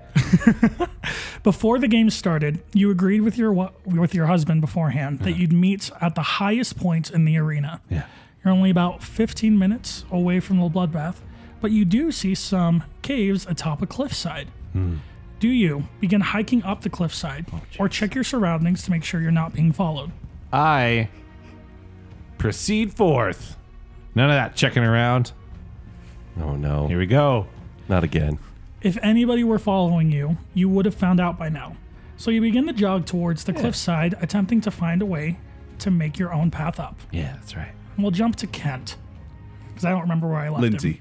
S5: Before the game started, you agreed with your wa- with your husband beforehand that you'd meet at the highest points in the arena.
S4: Yeah.
S5: You're only about 15 minutes away from the bloodbath, but you do see some caves atop a cliffside.
S3: Hmm.
S5: Do you begin hiking up the cliffside
S3: Oh,
S5: or check your surroundings to make sure you're not being followed?
S4: I proceed forth. None of that checking around.
S3: Oh no,
S4: Here we go.
S3: not again.
S5: If anybody were following you, you would have found out by now. So you begin to jog towards the cliffside, attempting to find a way to make your own path up.
S4: Yeah, that's right.
S5: And we'll jump to Kent because I don't remember where I left him.
S2: Lindsay.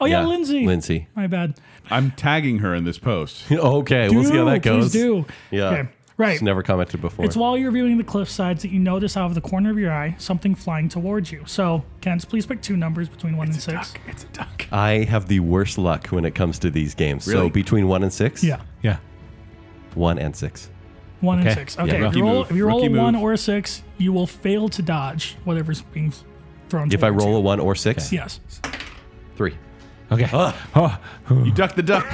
S5: Oh yeah, Lindsay.
S3: Lindsay.
S5: My bad.
S2: I'm tagging her in this post.
S3: Okay, we'll see how
S5: Do,
S3: that goes.
S5: Please do.
S3: Yeah.
S5: Okay. Right.
S3: It's never commented before.
S5: It's while you're viewing the cliff sides that you notice out of the corner of your eye something flying towards you. So, Kent, please pick two numbers between one and six.
S2: It's a duck.
S3: I have the worst luck when it comes to these games. So
S2: Really?
S3: between one and six,
S5: Yeah,
S4: Yeah.
S3: one and six.
S5: one and
S4: Okay.
S5: six. Okay, if
S2: rookie
S5: you roll,
S2: move.
S5: if you roll a
S2: Rookie
S5: one
S2: move.
S5: or a six, you will fail to dodge whatever's being thrown.
S3: If I
S5: towards
S3: roll
S5: you.
S3: a one or six,
S5: yes,
S3: three. Ah,
S4: Okay. Oh,
S2: You duck the duck.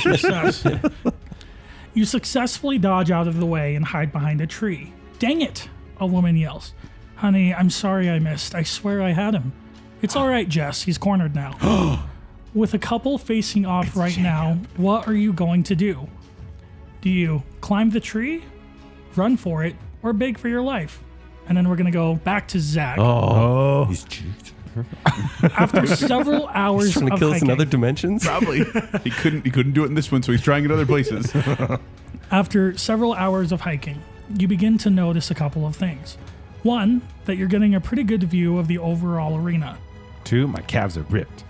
S5: success. you successfully dodge out of the way and hide behind a tree. Dang it! A woman yells, "Honey, I'm sorry I missed. I swear I had him." It's all right, Jess. He's cornered now. With a couple facing off right now, what are you going to do? Do you climb the tree, run for it, or beg for your life? And then we're gonna go back to Zach.
S3: Oh, he's juked.
S5: After several hours
S3: He's trying to
S5: of
S3: kill us in
S5: hiking,
S3: other dimensions.
S2: Probably. He couldn't he couldn't do it in this one, so he's trying it other places.
S5: After several hours of hiking, you begin to notice a couple of things. One, that you're getting a pretty good view of the overall arena.
S4: two. My calves are ripped.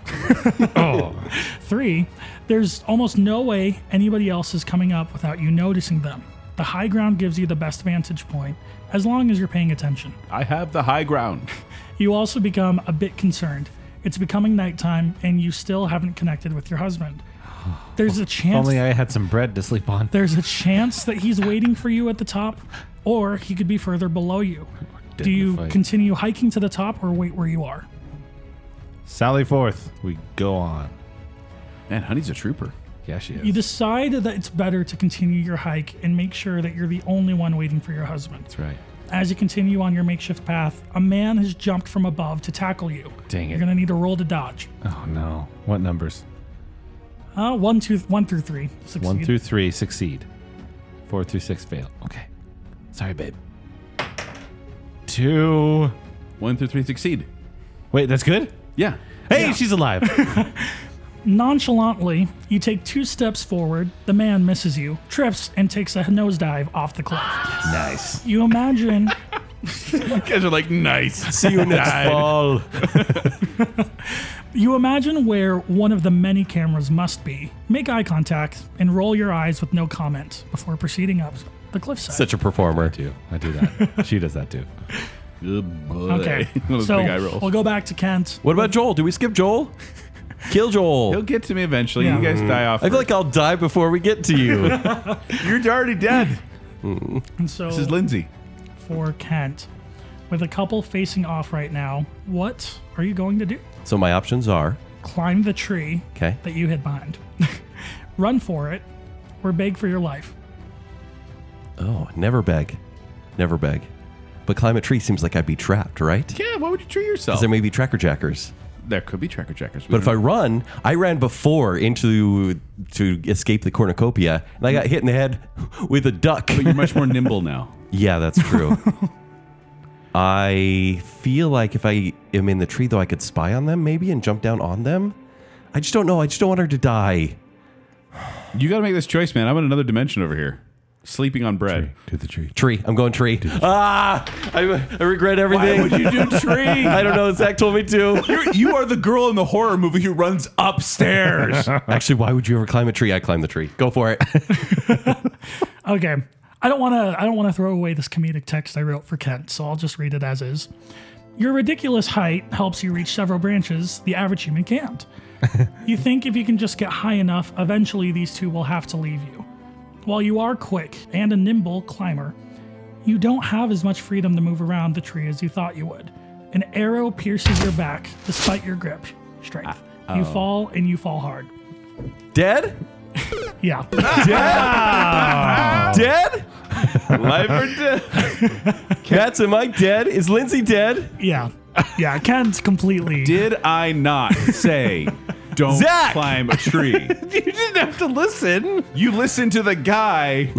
S5: Three, there's almost no way anybody else is coming up without you noticing them. The high ground gives you the best vantage point as long as you're paying attention.
S2: I have the high ground.
S5: You also become a bit concerned. It's becoming nighttime and you still haven't connected with your husband. There's a chance
S4: Only I had some bread to sleep on.
S5: there's a chance that he's waiting for you at the top, or he could be further below you. Do you
S4: fight.
S5: continue hiking to the top or wait where you are?
S4: Sally forth. We go on.
S2: Man, honey's a trooper.
S4: Yeah, she is.
S5: You decide that it's better to continue your hike and make sure that you're the only one waiting for your husband.
S4: That's right.
S5: As you continue on your makeshift path, a man has jumped from above to tackle you.
S4: Dang it.
S5: You're gonna need a roll to dodge.
S4: Oh no. What numbers?
S5: Uh, one, two, one through three. Succeed.
S4: One through three succeed. Four through six fail. Okay. Sorry, babe. Two.
S2: One through three succeed.
S4: Wait, that's good.
S2: Yeah.
S4: Hey, she's alive.
S5: Nonchalantly, you take two steps forward. The man misses you, trips, and takes a nosedive off the cliff.
S4: nice.
S5: You imagine
S2: You guys are like nice.
S3: See you next fall.
S5: You imagine where one of the many cameras must be, make eye contact, and roll your eyes with no comment before proceeding up the cliffside.
S3: Such a performer.
S4: Do I do that? she does that too.
S2: Good boy.
S5: okay,
S2: Those
S5: so
S2: big eye rolls.
S5: we'll go back to Kent.
S3: What about Joel? Do we skip Joel? Kill
S2: He'll
S3: Joel.
S2: get to me eventually.
S5: Yeah.
S2: You guys die off.
S3: I feel
S2: first.
S3: like I'll die before we get to you.
S2: you're already dead.
S5: And so
S2: This is Lindsay.
S5: for Kent, with a couple facing off right now, what are you going to do?
S3: so my options are
S5: Climb the tree
S3: okay.
S5: that you hid behind, run for it, or beg for your life.
S3: Oh, never beg, never beg. But climb a tree seems like I'd be trapped, right? Because
S2: Yeah, why would you treat yourself?
S3: there may be tracker jackers.
S2: there could be tracker jackers.
S3: But if I run, I ran before into to escape the cornucopia, and I got hit in the head with a duck.
S2: but you're much more nimble now.
S3: Yeah, that's true. I feel like if I am in the tree, though, I could spy on them maybe and jump down on them. I just don't know. I just don't want her to die.
S2: You got to make this choice, man. I'm in another dimension over here, sleeping on bread.
S4: to the tree.
S3: Tree. I'm going tree. Ah, I, I regret everything.
S2: you do tree?
S3: I don't know. Zach told me to.
S2: You're, you are the girl in the horror movie who runs upstairs.
S3: Actually, why would you ever climb a tree? I climb the tree. Go for it.
S5: Okay. I don't want to I don't want to throw away this comedic text I wrote for Kent, so I'll just read it as is. Your ridiculous height helps you reach several branches the average human can't. you think if you can just get high enough, eventually these two will have to leave you. While you are quick and a nimble climber, you don't have as much freedom to move around the tree as you thought you would. An arrow pierces your back despite your grip strength. You fall and you fall hard.
S3: Dead?
S5: Yeah.
S3: Dead?
S2: Life or death.
S3: Cats, am I dead? Is Lindsay dead?
S5: Yeah. Yeah. Kent's completely.
S2: Did I not say don't
S3: Zach!
S2: climb a tree?
S3: You didn't have to listen.
S2: You listen to the guy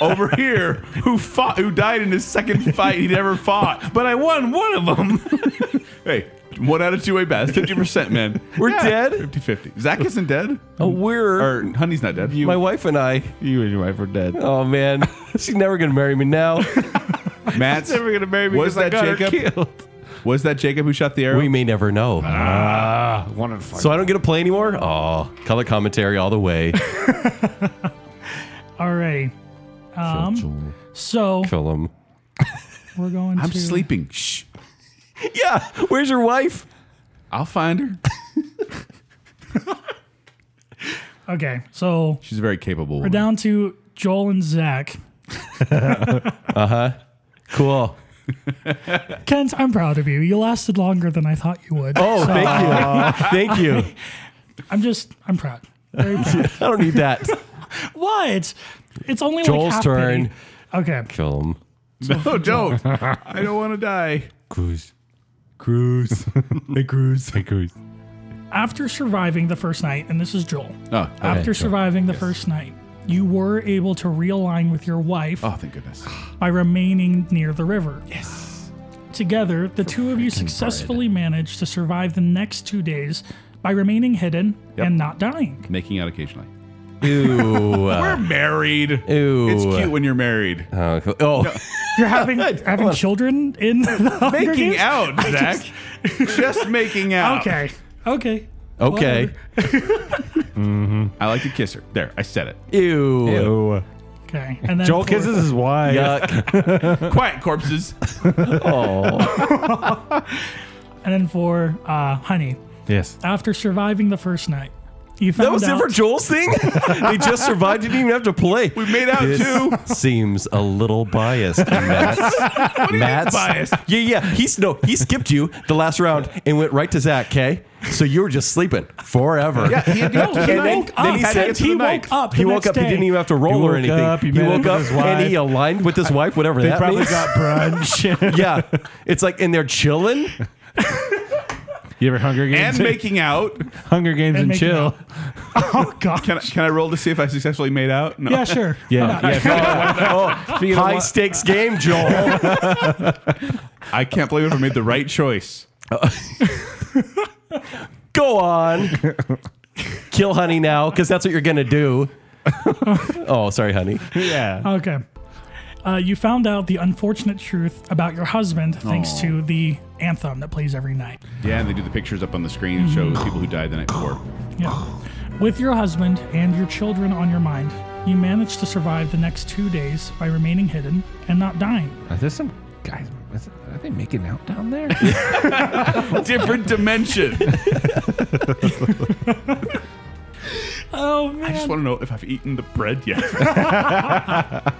S2: over here who fought, who died in his second fight he'd ever fought. But I won one of them. hey, one out of two way best. 50%, man.
S3: We're dead?
S2: 50 50. Zach isn't dead.
S3: Oh, we're.
S2: Or Honey's not dead.
S3: my wife and I.
S4: You and your wife are dead.
S3: Oh, man. She's never going to marry me now.
S2: Matt's
S4: Never gonna marry me.
S2: Was
S4: 'cause I
S2: that
S4: got her
S2: Jacob?
S4: Killed.
S2: Was that Jacob who shot the arrow?
S3: We may never know.
S4: Ah, one of
S3: So I don't get to play anymore? Oh, color commentary all the way.
S5: Alrighty.
S4: um,
S5: So
S3: Kill him.
S5: we're going
S2: I'm
S5: to
S2: sleeping. Shh.
S3: Yeah, where's your wife?
S2: I'll find her.
S5: Okay, so
S2: She's a very capable.
S5: we're
S2: Woman.
S5: down to Joel and Zach.
S3: Cool.
S5: Kent, I'm proud of you. You lasted longer than I thought you would.
S3: Oh, thank you. Thank you.
S5: I'm just, I'm proud. Very proud.
S3: I don't need that.
S5: what? It's only like
S3: Joel's
S5: half
S3: turn.
S5: pity. Okay,
S3: Kill him.
S2: No, Oh, don't. I don't want to die.
S4: Cruise. Cruise. hey, Cruise. Hey, Cruise.
S5: after surviving the first night, and this is Joel.
S2: Oh,
S5: after surviving the first night, you were able to realign with your wife
S2: oh, thank goodness.
S5: by remaining near the river. Yes. Together, the two of you successfully managed to survive the next two days by remaining hidden and not dying.
S2: Making out occasionally.
S3: Ew.
S2: We're married.
S3: Ew.
S2: It's cute when you're married.
S3: Oh, cool. oh.
S5: You're having having children in the Hunger
S2: Making
S5: Games?
S2: out, Zach. Just, making out.
S5: Okay. Okay.
S3: okay.
S2: I like to kiss her. There, I said it.
S3: Ew.
S4: Ew.
S5: Okay. And then
S4: Joel
S5: for-
S4: kisses his wife.
S3: Yuck.
S2: Quiet corpses.
S5: And then for uh, Honey,
S4: Yes.
S5: after surviving the first night, you found
S3: That was it
S5: out
S3: for Joel's thing? they just survived, didn't even have to play.
S2: We made out
S3: This
S2: too.
S3: seems a little biased, Matt. Matt's
S2: biased?
S3: Yeah, yeah. He's no, he skipped you the last round and went right to Zach. Okay, so you were just sleeping forever.
S2: Yeah, he had to
S5: No,
S2: get to
S5: he
S2: the
S5: woke
S2: night.
S5: up.
S2: Then he said
S5: said he woke
S2: night.
S5: up. The
S3: He woke
S5: next
S3: up. He
S5: day.
S3: didn't even have to roll
S4: He
S3: or
S4: woke
S3: anything.
S4: up, he
S3: he
S4: met up
S3: woke
S4: with
S3: up
S4: his
S3: and he
S4: wife.
S3: aligned with his wife. Whatever
S4: They
S3: that
S4: probably
S3: means.
S4: got brunch.
S3: yeah, it's like and they're chilling.
S4: you ever Hunger Games?
S2: And making out.
S4: Hunger Games and,
S5: making
S4: chill.
S5: Oh God.
S2: Can I, can I roll to see if I successfully made out? No.
S5: yeah, sure.
S4: Yeah. yeah. if you don't want-
S3: Oh,
S4: if you don't
S3: high
S4: want-
S3: stakes game, Joel.
S2: I can't believe I made the right choice.
S3: Go on, kill honey now because that's what you're gonna do. oh, sorry, honey.
S4: yeah.
S5: Okay. Uh, you found out the unfortunate truth about your husband thanks to the anthem that plays every night.
S2: Yeah, and they do the pictures up on the screen and show people who died the night before.
S5: Yeah. With your husband and your children on your mind, you managed to survive the next two days by remaining hidden and not dying.
S4: Are there some guys? is- Are they making out down there?
S2: Different dimension.
S5: Oh
S2: I just
S5: man.
S2: want to know if I've eaten the bread yet.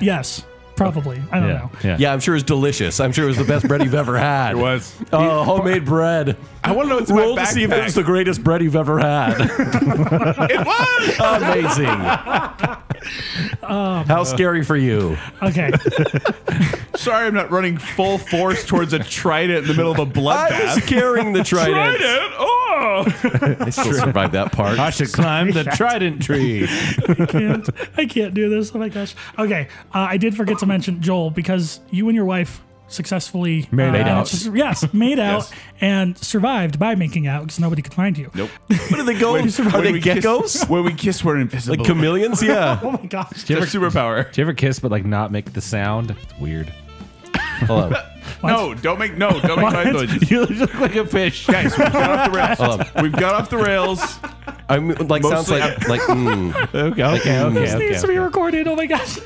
S5: Yes. Probably. I don't know.
S4: yeah.
S3: Yeah, I'm sure it was delicious. I'm sure it was the best bread you've ever had. It
S2: was.
S3: Oh, homemade bread.
S2: I want to know what's in my
S3: Roll to see if it
S2: backpack.
S3: was the greatest bread you've ever had.
S2: It was.
S3: Amazing. How scary for you.
S5: Okay.
S2: Sorry, I'm not running full force towards a trident in the middle of a
S3: I
S2: bloodbath.
S3: was carrying the trident.
S2: Oh.
S3: I still survived that part.
S4: I should climb the trident tree.
S5: can't, I can't do this. Oh my gosh. Okay, uh, I did forget to mention Joel because you and your wife successfully
S4: Made
S5: uh,
S4: out.
S5: managed to- yes, made out
S2: Yes.
S5: and survived by making out because nobody could find you.
S2: Nope.
S3: What are they going? Are they
S2: we kiss-
S3: geckos?
S2: when we kiss, we're invisible.
S3: Like chameleons? Yeah.
S5: Oh my gosh.
S2: It's a superpower.
S4: Do you ever kiss but like not make the sound? It's weird.
S3: Hold on.
S2: No, don't make no, don't make my noises.
S4: you look like a fish.
S2: Guys, we've got off the rails. We've got off the rails.
S3: I'm like sounds
S2: Mostly-
S3: like like. Mm.
S4: Okay, okay, okay.
S5: This needs to be recorded. Oh my gosh.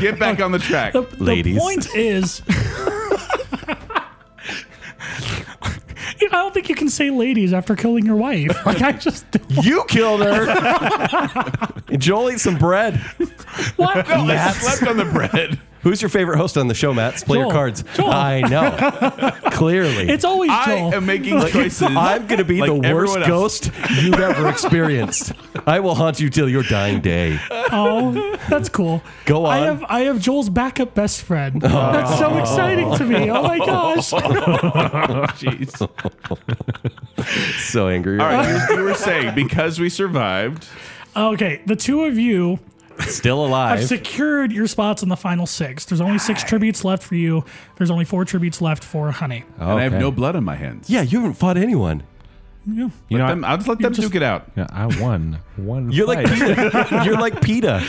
S2: Get back on the track.
S5: The, the
S3: Ladies.
S5: point is. I don't think you can say ladies after killing your wife. Like I just
S3: You killed her. Joel ate some bread.
S5: what?
S2: I slept on the bread.
S3: Who's your favorite host on the show, Matt? Play your
S5: Joel.
S3: cards.
S5: Joel.
S3: I know. Clearly.
S5: It's always
S2: I
S5: Joel.
S2: am making choices.
S3: I'm going to be
S2: Like
S3: the worst
S2: everyone else.
S3: ghost you've ever experienced. I will haunt you till your dying day.
S5: Oh, that's cool.
S3: Go
S5: I
S3: on.
S5: have I have Joel's backup best friend. That's so exciting to me. Oh my gosh.
S2: Jeez.
S3: So angry.
S2: All right, you, you were saying because we survived.
S5: Okay, the two of you
S3: Still
S5: have
S3: alive.
S5: secured your spots in the final six. There's only six tributes left for you. There's only four tributes left for Honey.
S2: And I have
S4: Okay.
S2: no blood on my hands.
S3: yeah, you haven't fought anyone.
S4: You know,
S2: Let
S4: I-
S2: them- I'll just let them duke it out.
S4: yeah, I won. One.
S3: You're like PETA. You're like PETA.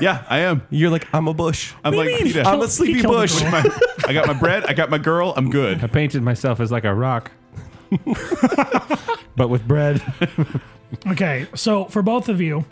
S2: Yeah, I am.
S3: You're like, I'm a bush.
S2: I'm
S5: What
S2: like,
S5: do you mean?
S2: Peter,
S5: Kill-
S3: I'm a
S5: he
S3: sleepy
S5: killed the
S3: bush.
S5: girl.
S2: my- I got my bread. I got my girl. I'm
S4: I
S2: good.
S4: painted myself as like a rock, but with bread.
S5: Okay, so for both of you,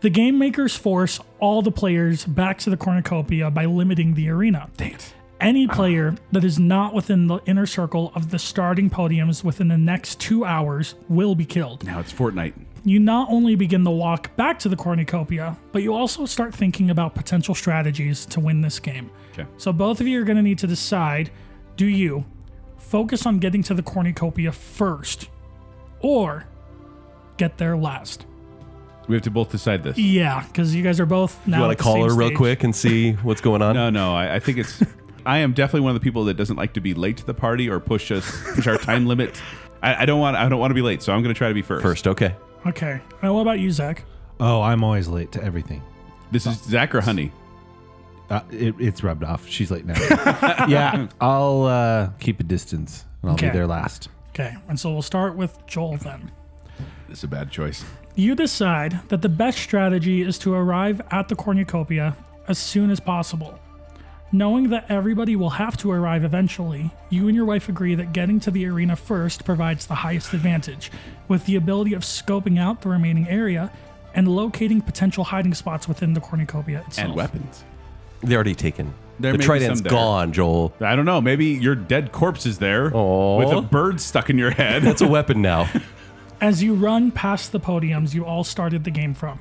S5: the game makers force all the players back to the cornucopia by limiting the arena.
S2: Dang it.
S5: Any player that is not within the inner circle of the starting podiums within the next two hours will be killed.
S2: Now it's Fortnite.
S5: you not only begin the walk back to the cornucopia, but you also start thinking about potential strategies to win this game.
S2: Okay.
S5: So both of you are going to need to decide do you focus on getting to the cornucopia first or get there last?
S2: We have to both decide this.
S5: Yeah, because you guys are both now.
S3: You want
S5: at
S3: to
S5: the
S3: call
S5: same
S3: her real
S5: stage.
S3: quick and see what's going on?
S2: No, no. I, I think it's. I am definitely one of the people that doesn't like to be late to the party or push us push our time limit. I, I don't want. I don't want to be late, so I'm going to try to be first.
S3: First, okay.
S5: Okay. Now, what about you, Zach?
S4: Oh, I'm always late to everything.
S2: This is Zach or Honey.
S4: Uh, it, it's rubbed off. She's late now. yeah, I'll uh, keep a distance. And I'll
S5: Okay.
S4: be there last.
S5: Okay. And so we'll start with Joel then.
S2: This is a bad choice.
S5: You decide that the best strategy is to arrive at the cornucopia as soon as possible. Knowing that everybody will have to arrive eventually, you and your wife agree that getting to the arena first provides the highest advantage, with the ability of scoping out the remaining area and locating potential hiding spots within the cornucopia itself.
S2: And weapons.
S3: They're already taken.
S2: There
S3: the
S2: may be
S3: trident's
S2: some there.
S3: gone, Joel.
S2: I don't know. Maybe your dead corpse is there
S3: Aw.
S2: with a bird stuck in your head.
S3: That's a weapon now.
S5: As you run past the podiums you all started the game from,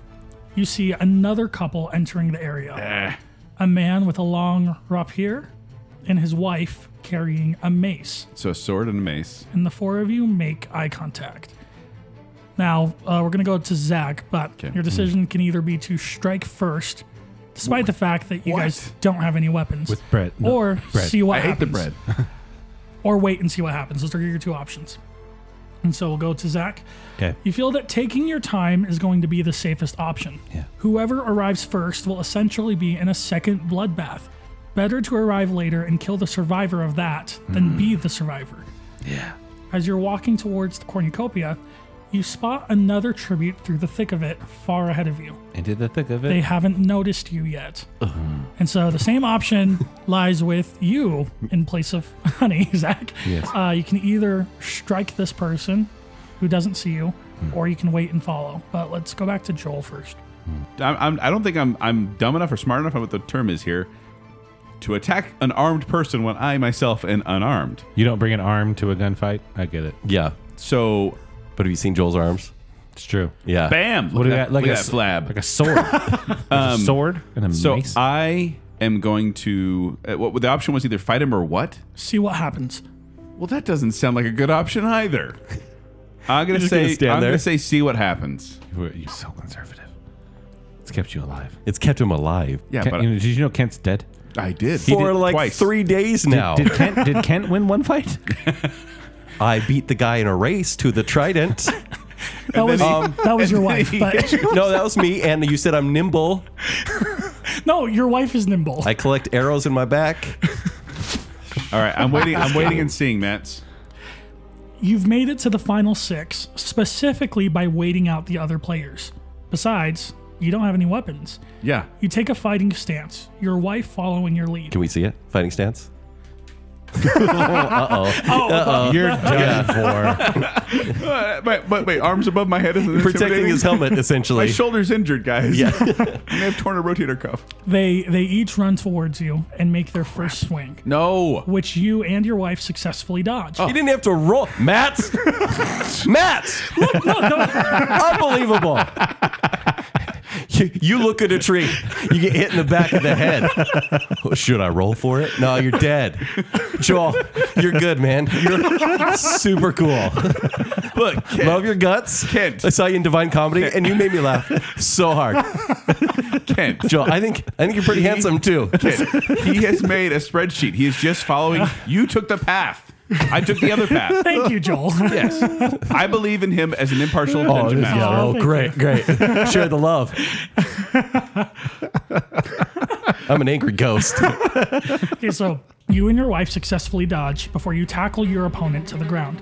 S5: you see another couple entering the area.
S2: Eh,
S5: A man with a long rapier and his wife carrying a mace,
S2: so a sword and a mace.
S5: and the four of you make eye contact. Now, uh, we're going to go to Zach, but your decision can either be to strike first, despite the fact that you guys don't have any weapons,
S4: With bread. no,
S5: or
S4: bread.
S5: see what
S2: I hate
S5: happens
S2: the bread.
S5: or wait and see what happens. Those are your two options. And so we'll go to Zach.
S4: Okay.
S5: You feel that taking your time is going to be the safest option.
S4: Yeah.
S5: Whoever arrives first will essentially be in a second bloodbath. Better to arrive later and kill the survivor of that than be the survivor.
S4: Mm. Yeah.
S5: As you're walking towards the cornucopia, you spot another tribute through the thick of it far ahead of you.
S4: Into the thick of it.
S5: They haven't noticed you yet. And so the same option lies with you in place of Honey, Zach.
S4: Yes.
S5: Uh, you can either strike this person who doesn't see you, or you can wait and follow. But let's go back to Joel first.
S2: I'm, I'm, I don't think I'm, I'm dumb enough or smart enough. I don't know what the term is here. To attack an armed person when I myself am unarmed.
S4: you don't bring an arm to a gunfight. I get it.
S3: yeah.
S2: So
S3: But have you seen Joel's arms?
S4: It's true.
S3: Yeah.
S2: Bam! Look at
S4: do you
S2: that,
S4: got? Like
S2: look
S4: a
S2: at that
S4: s-
S2: flab.
S4: Like a sword. There's a sword and a
S2: so
S4: mace.
S2: I am going to. Uh, what the option was either fight him or what?
S5: See what happens.
S2: Well, that doesn't sound like a good option either. I'm gonna
S3: just gonna
S2: say
S3: stand
S2: I'm gonna
S3: there?
S2: say see what happens.
S4: You're you're so conservative. It's kept you alive.
S3: It's kept him alive.
S2: Yeah,
S4: Kent-
S2: but
S4: you know, did you know Kent's dead?
S2: I did
S3: For
S2: He did
S3: like
S2: twice.
S3: three days now.
S4: Did Kent, did Kent win one fight?
S3: I beat the guy in a race to the trident.
S5: That was,
S2: then he-
S5: that was your wife. But
S3: no, that was me. And you said I'm nimble.
S5: no, your wife is nimble.
S3: I collect arrows in my back.
S2: All right, I'm waiting. I'm waiting and seeing, Matt.
S5: You've made it to the final six specifically by waiting out the other players. Besides, you don't have any weapons.
S2: Yeah,
S5: You take a fighting stance, your wife following your lead.
S3: Can we see it? Fighting stance.
S4: You're done for.
S2: Uh, but, but wait, arms above my head isn't
S3: Protecting
S2: intimidating?
S3: his helmet,
S2: My
S3: essentially.
S2: shoulder's injured, guys.
S3: Yeah.
S2: I may have torn a rotator cuff.
S5: They they each run towards you and make their first swing,
S2: No.
S5: which you and your wife successfully dodge.
S3: You didn't have to roll. Matt! Matt! Unbelievable. You, you look at a tree, you get hit in the back of the head. Should I roll for it? No, you're dead. Joel, you're good, man. You're super cool.
S2: Look, Kent,
S3: Love your guts.
S2: Kent.
S3: I saw you in Divine Comedy, and you made me laugh so hard.
S2: Kent.
S3: Joel, I think I think you're pretty handsome too.
S2: Kent, He has made a spreadsheet. He is just following. You took the path. I took the other path.
S5: Thank you, Joel.
S2: Yes. I believe in him as an impartial
S3: Oh,
S2: dungeon
S3: this-
S2: master.
S3: yeah,
S5: Oh,
S3: oh
S5: thank
S3: great, great. Share the love. I'm an angry ghost.
S5: Okay, so you and your wife successfully dodge before you tackle your opponent to the ground.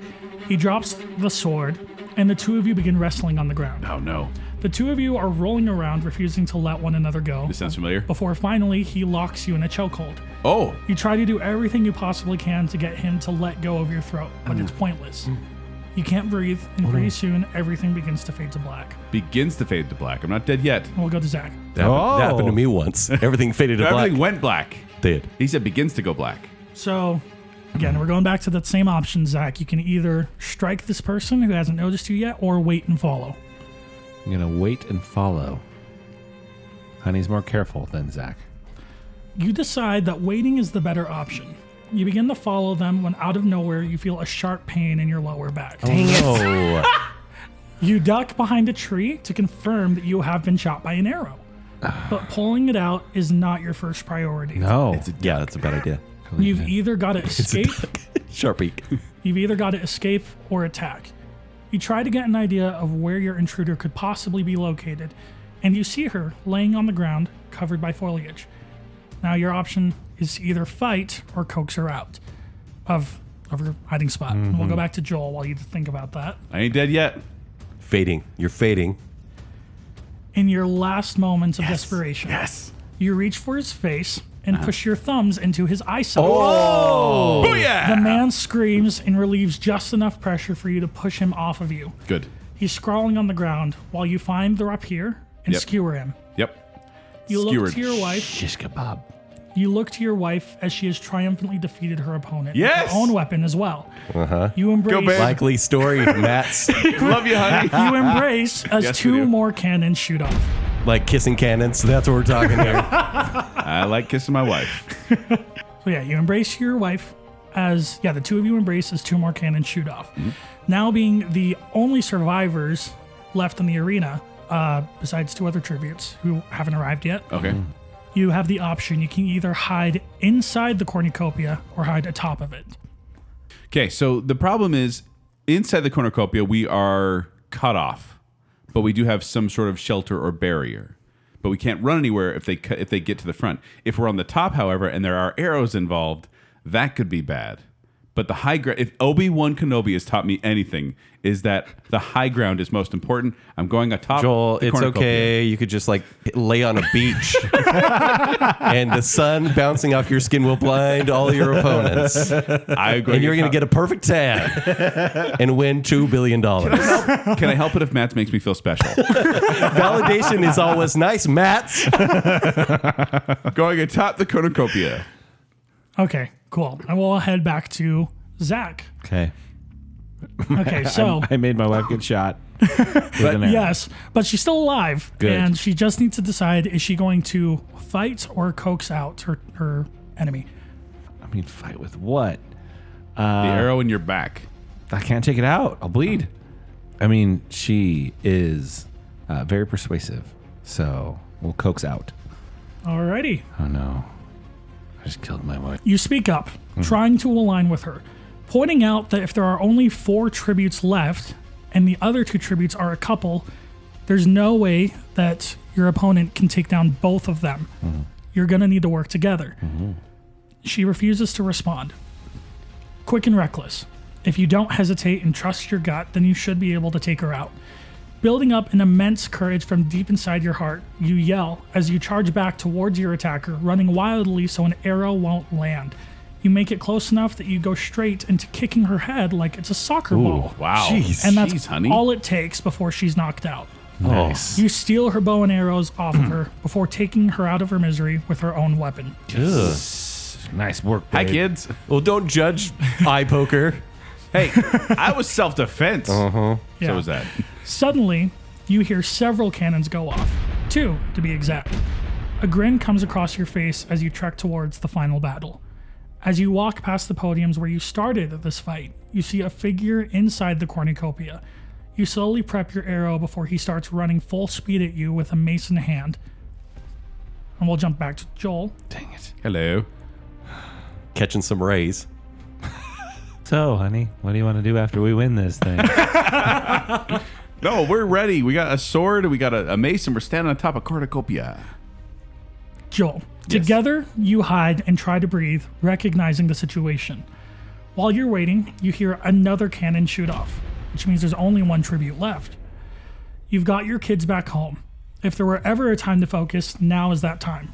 S5: He drops the sword, and the two of you begin wrestling on the ground.
S2: Oh, no.
S5: The two of you are rolling around, refusing to let one another go,
S2: This sounds familiar.
S5: before finally he locks you in a chokehold.
S2: Oh,
S5: You try to do everything you possibly can to get him to let go of your throat, but it's pointless. You can't breathe, and pretty soon everything begins to fade to black.
S2: begins to fade to black. I'm not dead yet.
S5: And we'll go to Zach.
S3: That, happened, that happened
S4: Oh.
S3: to me once. Everything faded to
S2: Everything
S3: black.
S2: went black.
S3: Did.
S2: He said begins to go black.
S5: So, again, we're going back to that same option, Zach. You can either strike this person who hasn't noticed you yet, or wait and follow.
S4: I'm gonna wait and follow. Honey's more careful than Zach.
S5: You decide that waiting is the better option. You begin to follow them when out of nowhere you feel a sharp pain in your lower back.
S3: Oh,
S5: You duck behind a tree to confirm that you have been shot by an arrow. But pulling it out is not your first priority.
S4: No.
S3: yeah, that's a bad idea.
S5: You've either got to escape,
S3: Sharpie.
S5: you've either got to escape or attack. You try to get an idea of where your intruder could possibly be located, and you see her laying on the ground covered by foliage. Now your option is to either fight or coax her out of of her hiding spot. We'll
S2: Mm-hmm.
S5: go back to Joel while you think about that.
S2: I ain't dead yet.
S3: Fading. You're fading.
S5: In your last moments of desperation. Yes. You reach for his face and push your thumbs into his eye socket.
S2: Uh-huh. Oh, yeah.
S5: The man screams and relieves just enough pressure for you to push him off of you.
S2: Good.
S5: He's scrawling on the ground while you find the rapier and
S2: Yep.
S5: skewer him.
S2: Yep.
S5: You
S2: Skewered.
S5: look to your wife.
S4: Shish kebab.
S5: You look to your wife as she has triumphantly defeated her opponent
S2: Yes!
S5: with her own weapon as well. Uh-huh. You embrace.
S2: babe.
S3: Likely story, Matt's
S2: Love you, honey.
S5: you embrace as
S2: Yes, we
S5: two
S2: do.
S5: more cannons shoot off.
S3: like kissing cannons. That's what we're talking here.
S2: I like kissing my wife.
S5: So yeah, you embrace your wife as yeah, the two of you embrace as two more cannons shoot off.
S2: Mm-hmm.
S5: Now being the only survivors left in the arena, uh, besides two other tributes who haven't arrived yet,
S2: Okay.
S5: you have the option. You can either hide inside the cornucopia or hide atop of it.
S2: Okay, so the problem is inside the cornucopia, we are cut off, but we do have some sort of shelter or barrier. But we can't run anywhere if they cut, if they get to the front. If we're on the top, however, and there are arrows involved, that could be bad. But the high ground, if Obi Wan Kenobi has taught me anything, is that the high ground is most important. I'm going atop.
S3: Joel,
S2: the
S3: it's
S2: cornucopia.
S3: okay. You could just like lay on a beach and the sun bouncing off your skin will blind all your opponents.
S2: I'm going
S3: And you're going
S2: atop-
S3: to get a perfect tan and win $2 billion.
S2: Can I help it if Matt makes me feel special?
S3: Validation is always nice, Matt.
S2: going atop the cornucopia.
S5: Okay, cool. And we'll head back to Zach.
S4: Okay.
S5: Okay, so
S4: I made my wife get shot. With an arrow.
S5: Yes, but she's still alive,
S4: Good.
S5: and she just needs to decide: is she going to fight or coax out her her enemy?
S4: I mean, fight with what?
S3: Uh,
S2: the arrow in your back.
S4: I can't take it out. I'll bleed. I mean, she is uh, very persuasive, so we'll coax out.
S5: Alrighty,
S4: Oh no, I just killed my wife.
S5: you speak up, trying to align with her, pointing out that if there are only four tributes left, and the other two tributes are a couple, there's no way that your opponent can take down both of them. You're gonna need to work together. She refuses to respond. Quick and reckless. If you don't hesitate and trust your gut, then you should be able to take her out. Building up an immense courage from deep inside your heart, you yell as you charge back towards your attacker, running wildly so an arrow won't land. You make it close enough that you go straight into kicking her head like it's a soccer ball.
S2: Wow.
S3: Jeez.
S5: And that's
S2: Jeez, honey.
S5: all it takes before she's knocked out.
S4: Nice.
S5: You steal her bow and arrows off of her before taking her out of her misery with her own weapon.
S3: Ugh.
S4: Nice work.
S2: Hi,
S4: babe.
S2: kids.
S3: Well, don't judge eye poker.
S2: Hey, I was self defense.
S3: Uh-huh.
S5: Yeah.
S2: So was that.
S5: Suddenly, you hear several cannons go off. Two, to be exact. A grin comes across your face as you trek towards the final battle. As you walk past the podiums where you started this fight, you see a figure inside the cornucopia. You slowly prep your arrow before he starts running full speed at you with a mace in hand. And we'll jump back to Joel.
S4: Dang it.
S2: Hello.
S3: Catching some rays.
S4: So, honey, what do you want to do after we win this thing?
S2: No, we're ready. We got a sword, we got a, a mace, and we're standing on top of cornucopia.
S5: Joel, together you hide and try to breathe, recognizing the situation. While you're waiting, you hear another cannon shoot off, which means there's only one tribute left. You've got your kids back home. If there were ever a time to focus, now is that time.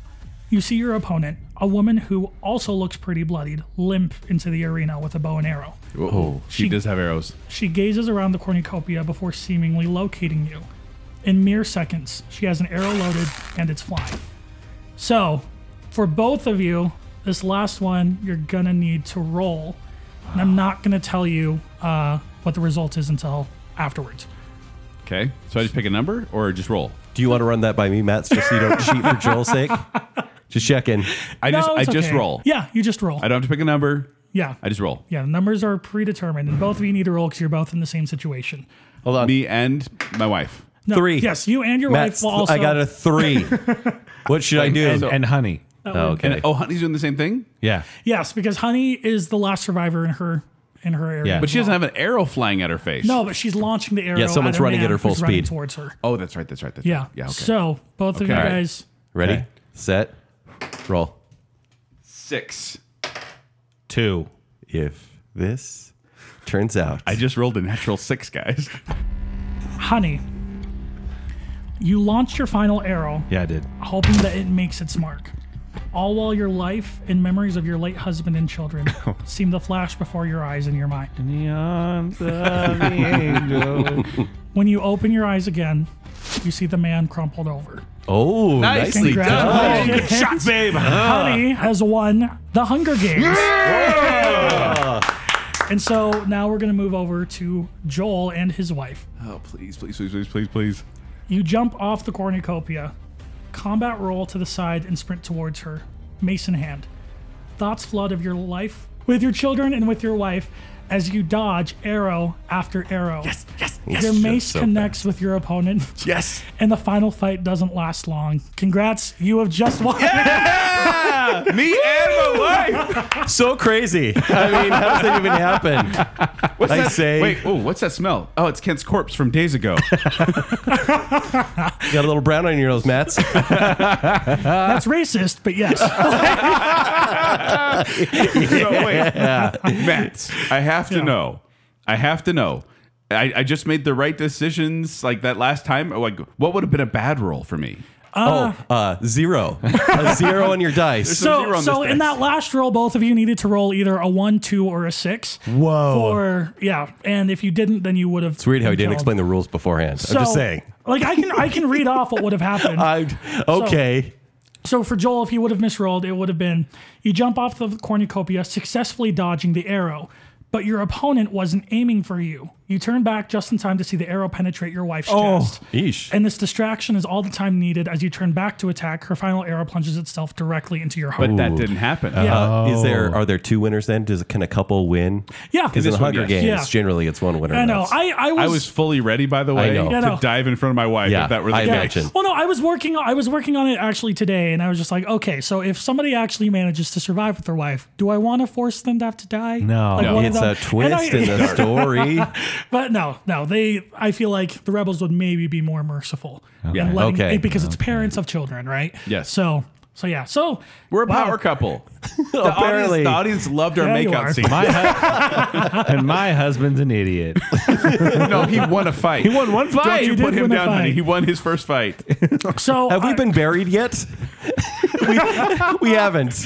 S5: You see your opponent, a woman who also looks pretty bloodied, limp into the arena with a bow and arrow.
S2: Oh, she, does have arrows.
S5: She gazes around the cornucopia before seemingly locating you. In mere seconds, she has an arrow loaded and it's flying. So, for both of you, this last one, you're gonna need to roll. And I'm not gonna tell you uh, what the result is until afterwards.
S2: Okay. So I just pick a number or just roll?
S3: Do you want to run that by me, Matt, so you don't cheat for Joel's sake? Just checking.
S2: I just
S5: No,
S2: I
S5: it's
S2: just
S5: okay.
S2: roll.
S5: Yeah, you just roll.
S2: I don't have to pick a number.
S5: yeah.
S2: I just roll.
S5: yeah, the numbers are predetermined, and both of you need to roll because you're both in the same situation.
S3: Hold on.
S2: Me and my wife.
S5: No,
S3: Three.
S5: Yes, you and your
S3: Matt's,
S5: wife will also.
S3: I got a three. what should I do?
S4: and, and honey. Uh,
S3: oh, okay.
S2: And oh, honey's doing the same thing,
S4: Yeah.
S5: Yes, because Honey is the last survivor in her in her area.
S4: Yeah.
S2: but she doesn't have an arrow flying at her face.
S5: No, but she's launching the arrow.
S3: Yeah, someone's
S5: at a
S3: running
S5: man
S3: at her full
S5: who's running
S3: speed.
S5: towards her.
S2: Oh, that's right. That's right. That's
S5: Yeah.
S2: Right. Yeah. Okay.
S5: So both of you
S2: all right.
S5: guys,
S3: Ready,
S4: Okay.
S3: set, roll.
S2: six.
S4: Two.
S3: If this turns out,
S2: I just rolled a natural six, guys.
S5: honey, you launch your final arrow,
S4: Yeah, I did.
S5: hoping that it makes its mark. All while your life and memories of your late husband and children seem to flash before your eyes and your mind.
S4: In the arms of the angel.
S5: When you open your eyes again, you see the man crumpled over.
S3: oh, nicely done.
S5: Congratulations.
S2: Shot, babe.
S5: Honey has won the Hunger Games. and so now we're going to move over to Joel and his wife.
S2: Oh, please, please, please, please, please, please.
S5: You jump off the cornucopia, combat roll to the side, and sprint towards her, mace in hand. Thoughts flood of your life with your children and with your wife as you dodge arrow after arrow. Yes, yes, yes. Your mace
S3: so
S5: connects with your opponent,
S2: Yes.
S5: and the final fight doesn't last long. Congrats, you have just won.
S2: Me and my wife.
S3: So crazy. I mean, how does that even happen?
S2: What's
S3: I
S2: that?
S3: say-
S2: Wait. Oh, what's that smell? Oh, it's Kent's corpse from days ago.
S3: You got a little brown on your nose, Matt's.
S5: Uh-huh. That's racist, but yes.
S2: no, wait. Matt, I have to know. I have to know. I, I just made the right decisions like that last time. Like, what would have been a bad roll for me?
S3: oh, uh, zero. A zero on your dice.
S2: There's no zero
S5: so
S2: on
S5: so
S2: this
S5: in
S2: dice.
S5: that last roll, both of you needed to roll either a one, two, or a six. Whoa. For yeah, and if you didn't, then you would have.
S3: It's weird how he didn't explain the rules beforehand. I'm just saying. Uh,
S5: Like I can I can read off what would have happened.
S3: I okay.
S5: So for Joel, if he would have misrolled, it would have been you jump off the cornucopia, successfully dodging the arrow, but your opponent wasn't aiming for you. You turn back just in time to see the arrow penetrate your wife's
S4: Oh,
S5: chest.
S3: Eesh.
S5: And this distraction is all the time needed as you turn back to attack. Her final arrow plunges itself directly into your heart.
S2: But that didn't happen.
S5: yeah.
S3: Uh, Is
S2: Oh.
S3: there are there two winners then? Does can a couple win?
S5: Yeah.
S3: Because in
S5: This
S2: one, yes.
S3: Hunger Games,
S5: Yeah.
S3: generally it's one winner.
S5: I know.
S3: That's-
S5: I, I was.
S2: I was fully ready, by the way,
S3: I know.
S2: to
S5: Yeah, no.
S2: dive in front of my wife
S3: Yeah,
S2: if that were the
S3: I
S2: case.
S3: imagine.
S5: well, no, I was working. I was working on it actually today, and I was just like, okay, so if somebody actually manages to survive with their wife, do I want to force them to have to die?
S4: No.
S5: Like
S4: No.
S5: one of
S3: it's
S5: them-
S3: a twist
S5: And I-
S3: in the story.
S5: But no, no, they. I feel like the rebels would maybe be more merciful, and letting,
S3: Okay.
S5: it- because it's parents of children, right?
S2: Yes.
S5: So, so yeah, so
S2: We're a
S5: wow.
S2: power couple. the,
S4: Apparently.
S2: audience, the audience loved our
S5: Yeah, you
S2: makeout
S5: are.
S2: scene.
S4: My hu- and my husband's an idiot.
S2: no, he won a fight. He
S4: won one
S2: Don't
S4: fight.
S2: you
S5: He
S2: put
S5: did
S2: him
S5: win a
S2: down, honey.
S5: fight.
S2: He won his first fight.
S5: So
S3: Have we
S5: I-
S3: been buried yet? we, we haven't.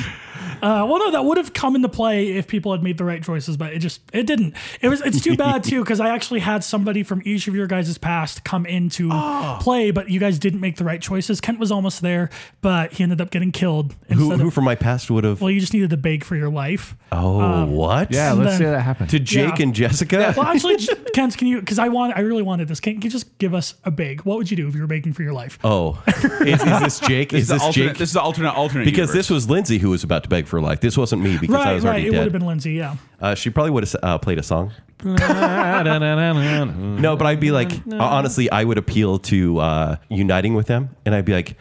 S5: Uh, well, no, that would have come into play if people had made the right choices, but it just it didn't. It was it's too bad too because I actually had somebody from each of your guys' past come into
S3: Oh.
S5: play, but you guys didn't make the right choices. Kent was almost there, but he ended up getting killed.
S3: Who,
S5: Instead
S3: who
S5: of,
S3: from my past would have?
S5: well, you just needed to beg for your life.
S3: Oh, what?
S4: Yeah,
S5: And
S4: let's see
S5: then-
S4: that happen.
S3: To Jake
S5: Yeah.
S3: and Jessica.
S5: Well, actually, j- Kent, can you? Because I want, I really wanted this. Can, can you just give us a beg? What would you do if you were begging for your life?
S3: Oh, is, is this Jake? Is
S2: the
S3: this
S2: alternate,
S3: Jake?
S2: This is the alternate alternate.
S3: because
S2: universe.
S3: this was Lindsay who was about to beg for life. This wasn't me because I
S5: right,
S3: was
S5: right.
S3: already
S5: It would have
S3: dead.
S5: been Lindsay. Yeah.
S3: uh, she probably would have uh, played a song.
S4: Jake.
S3: No, but I'd be like, honestly, I would appeal to uh, uniting with them, and I'd be like,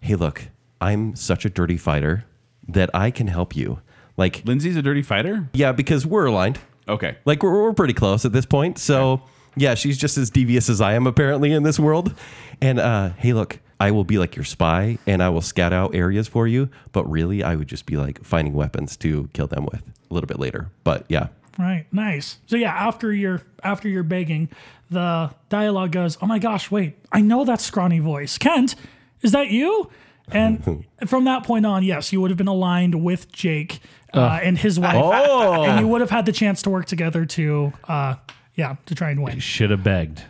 S3: "Hey, look, I'm such a dirty fighter that I can help you." Like,
S2: Lindsay's a dirty fighter.
S3: yeah, because we're aligned.
S2: Okay.
S3: Like, we're, we're pretty close at this point. So, yeah, she's just as devious as I am apparently in this world. And uh, hey, look, I will be like your spy, and I will scout out areas for you. But really, I would just be like finding weapons to kill them with a little bit later. But yeah,
S5: Right. Nice. So yeah, after your after your begging, the dialogue goes, "Oh my gosh, wait! I know that scrawny voice, Kent. Is that you?" And from that point on, yes, you would have been aligned with Jake uh, and his wife, and you would have had the chance to work together to, uh, yeah, to try and win.
S4: Should have begged.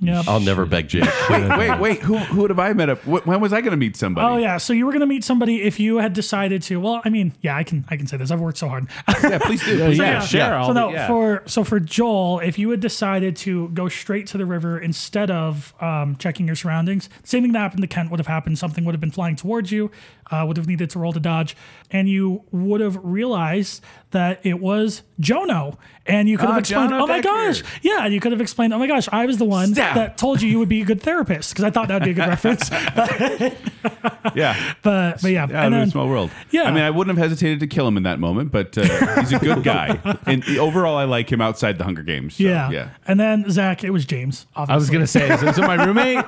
S5: Yep.
S3: I'll never beg Jake.
S2: Wait, wait, wait. Who who would have I met up? Wh- When was I going to meet somebody?
S5: Oh yeah, so you were gonna meet somebody if you had decided to. Well, I mean, yeah, I can I can say this. I've worked so hard.
S2: yeah. Please do. Please
S4: yeah,
S2: do.
S4: share all
S5: so
S4: the-
S5: no,
S4: yeah.
S5: for so for Joel, if you had decided to go straight to the river instead of um, checking your surroundings, same thing that happened to Kent would have happened. Something would have been flying towards you, uh, would have needed to roll to dodge, and you would have realized that it was Jono, and you could have
S2: Ah,
S5: explained,
S2: Jono
S5: "Oh my
S2: Becker."
S5: gosh, yeah," and you could have explained, "Oh my gosh, I was the one
S2: Stab.
S5: that told you you would be a good therapist," because I thought that would be a good reference.
S2: Yeah.
S5: But but
S2: Yeah,
S5: yeah,
S2: it's
S5: and
S2: a
S5: then-
S2: small world.
S5: Yeah.
S2: I mean, I wouldn't have hesitated to kill him in that moment, but uh, he's a good guy, and overall, I like him outside the Hunger Games. so,
S5: yeah.
S2: yeah.
S5: and then Zach, it was James. Obviously.
S4: I was gonna say, so, so my roommate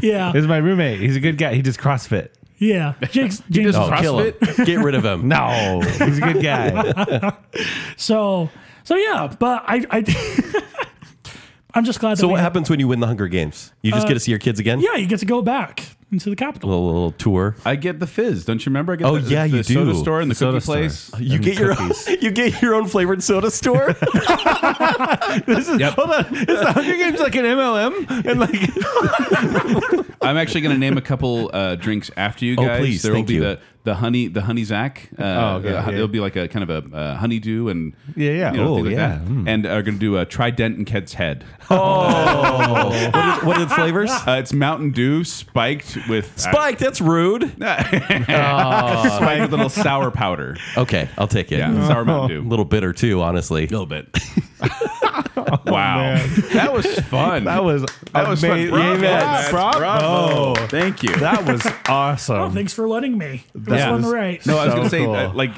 S5: yeah,
S4: is my roommate. He's a good guy. He does CrossFit.
S5: yeah. Jake's, James
S2: does
S3: Oh, kill him. Get rid of him.
S4: No, he's a good guy.
S5: So so yeah, but I I I'm just glad that
S3: So
S5: we
S3: what
S5: had-
S3: happens when you win the Hunger Games? You just get to see your kids again?
S5: uh, Yeah, you get to go back into the capital.
S3: Little, little tour.
S2: I get the fizz. Don't you remember? I get
S3: Oh,
S2: the,
S3: yeah,
S2: the
S3: you do.
S2: soda store and the,
S4: The soda
S2: cookie
S4: store.
S2: place.
S3: You get your own, you get your own flavored soda store.
S4: Hold on, is the Hunger Games like an MLM? And like,
S2: I'm actually going to name a couple uh, drinks after you
S3: Oh,
S2: guys.
S3: please,
S2: there will
S3: thank
S2: be
S3: you.
S2: the the honey the honey zack. Uh,
S4: Oh, okay,
S2: uh,
S4: yeah.
S2: It'll be like a kind of a uh, honeydew and
S4: Yeah, yeah.
S2: you know,
S4: Oh,
S2: things like
S4: yeah.
S2: that. And are going to do a trident and Ked's head.
S3: what, are, what are the flavors?
S2: Uh, it's Mountain Dew spiked with uh,
S3: Spike, that's rude.
S2: spiked with a little sour powder.
S3: Okay, I'll take it.
S2: Yeah, sour Mountain
S3: A
S2: Dew.
S3: little bitter too, honestly.
S2: A little bit. wow, that was fun.
S4: that was
S2: that was
S4: amazing.
S2: fun. Bravo,
S4: Yeah,
S2: Matt.
S4: Oh,
S2: Bravo. Thank you.
S4: That was awesome.
S5: Oh, thanks for letting me. It was
S2: That
S5: one
S4: was-
S5: right.
S2: No, I was
S4: So
S2: gonna say
S4: cool.
S2: uh, like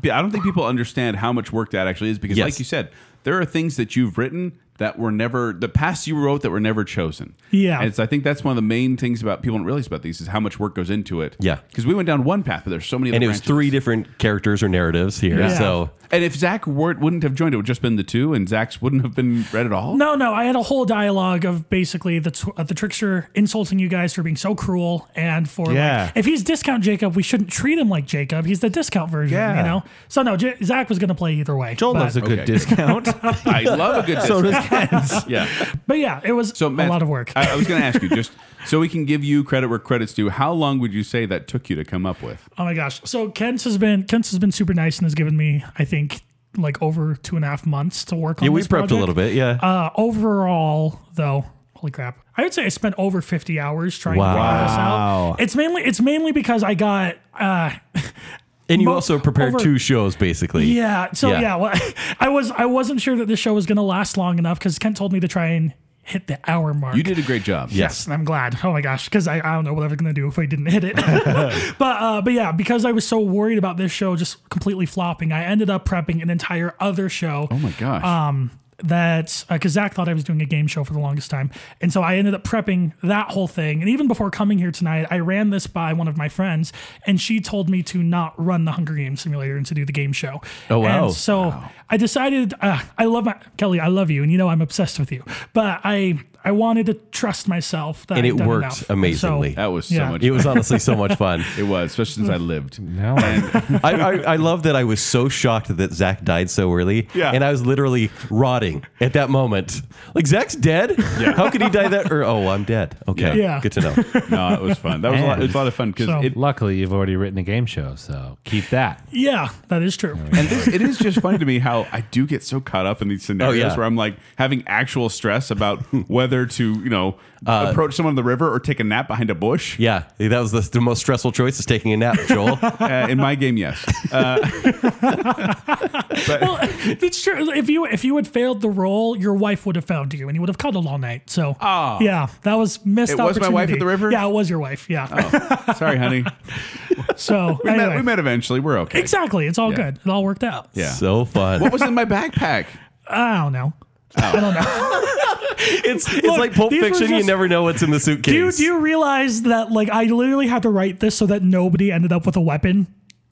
S2: b- I don't think people understand how much work that actually is because,
S3: Yes.
S2: like you said, there are things that you've written that were never the past you wrote that were never chosen.
S5: Yeah.
S2: and it's, I think that's one of the main things about people don't realize about these is how much work goes into it.
S3: Yeah.
S2: because we went down one path, but there's so many.
S3: And
S2: other
S3: it was
S2: branches.
S3: three different characters or narratives here.
S5: Yeah.
S3: So
S2: And if Zach weren't, wouldn't have joined, it would just been the two, and Zach's wouldn't have been read at all.
S5: No, no, I had a whole dialogue of basically the tw- uh, the trickster insulting you guys for being so cruel and for like,
S4: Yeah.
S5: if he's discount Jacob, we shouldn't treat him like Jacob. He's the discount version,
S4: Yeah.
S5: you know. So no, J- Zach was going to play either way.
S4: Joel
S5: but,
S4: loves a good
S2: Okay.
S4: discount.
S2: I love a good.
S4: so
S2: discount.
S4: does Ken's.
S2: yeah.
S5: but yeah, it was
S2: So Matt,
S5: a lot of work.
S2: I, I was going to ask you just so we can give you credit where credits due. How long would you say that took you to come up with?
S5: Oh my gosh. So Kent has been Kent has been super nice and has given me, I think, like over two and a half months to work on.
S3: Yeah, we
S5: this
S3: prepped a
S5: project.
S3: little bit. Yeah.
S5: Uh, overall, though, holy crap! I would say I spent over fifty hours trying to figure this
S4: Wow.
S5: out. It's mainly it's mainly because I got. Uh,
S3: and you
S5: mo-
S3: also prepared
S5: over-
S3: two shows, basically.
S5: yeah. So
S3: Yeah.
S5: yeah, well, I was I wasn't sure that this show was going to last long enough because Kent told me to try and hit the hour mark.
S2: You did a great job.
S5: Yes, and I'm glad. Oh my gosh, because I, I don't know what I was gonna do if I didn't hit it. but uh, but yeah, because I was so worried about this show just completely flopping, I ended up prepping an entire other show.
S2: Oh my gosh.
S5: Um, that because Zach thought I was doing a game show for the longest time, and so I ended up prepping that whole thing. And even before coming here tonight, I ran this by one of my friends, and she told me to not run the Hunger Games simulator and to do the game show.
S3: Oh, wow.
S5: And so I decided uh, I love my Kelly. I love you, and you know I'm obsessed with you. But I I wanted to trust myself that
S3: And
S5: I'd
S3: it
S5: done
S3: worked
S5: enough. So-
S3: amazingly.
S2: that was so
S5: yeah.
S2: much.
S3: It was honestly so much fun.
S2: It was, especially since I lived.
S4: Now I-
S3: I, I, I love that I was so shocked that Zach died so early.
S2: Yeah.
S3: And I was literally rotting at that moment. Like, Zach's dead? Yeah. How could he die that? Or, oh, I'm dead. Okay.
S5: Yeah.
S3: Good to know.
S2: No, it was fun. That was a lot, it was a lot of fun because
S5: So-
S2: it,
S4: luckily, you've already written a game show, so keep that.
S5: yeah, that is true.
S2: and this, it is just funny to me how I do get so caught up in these scenarios
S3: yeah.
S2: where I'm like having actual stress about whether to you know approach someone on the river or take a nap behind a bush.
S3: Yeah. That was the, the most stressful choice is taking a nap, Joel.
S2: Uh, in my game, yes. Uh, but
S5: It's true. If you if you had failed the role, your wife would have found you, and you would have cuddled all night. So
S2: Ah.
S5: yeah, that was missed.
S2: It was my wife at
S5: opportunity.
S2: the river?
S5: Yeah, it was your wife. Yeah.
S2: sorry, honey.
S5: So
S2: We,
S5: anyway.
S2: met, we met eventually. We're okay.
S5: exactly. It's all
S2: Yeah.
S5: good. It all worked out.
S2: Yeah.
S3: So fun.
S2: What was in my backpack?
S5: I don't know. I don't know.
S3: it's it's
S5: Look,
S3: like Pulp
S5: these were
S3: Fiction. you
S5: just-
S3: never know what's in the suitcase.
S5: do you do you realize that like I literally had to write this so that nobody ended up with a weapon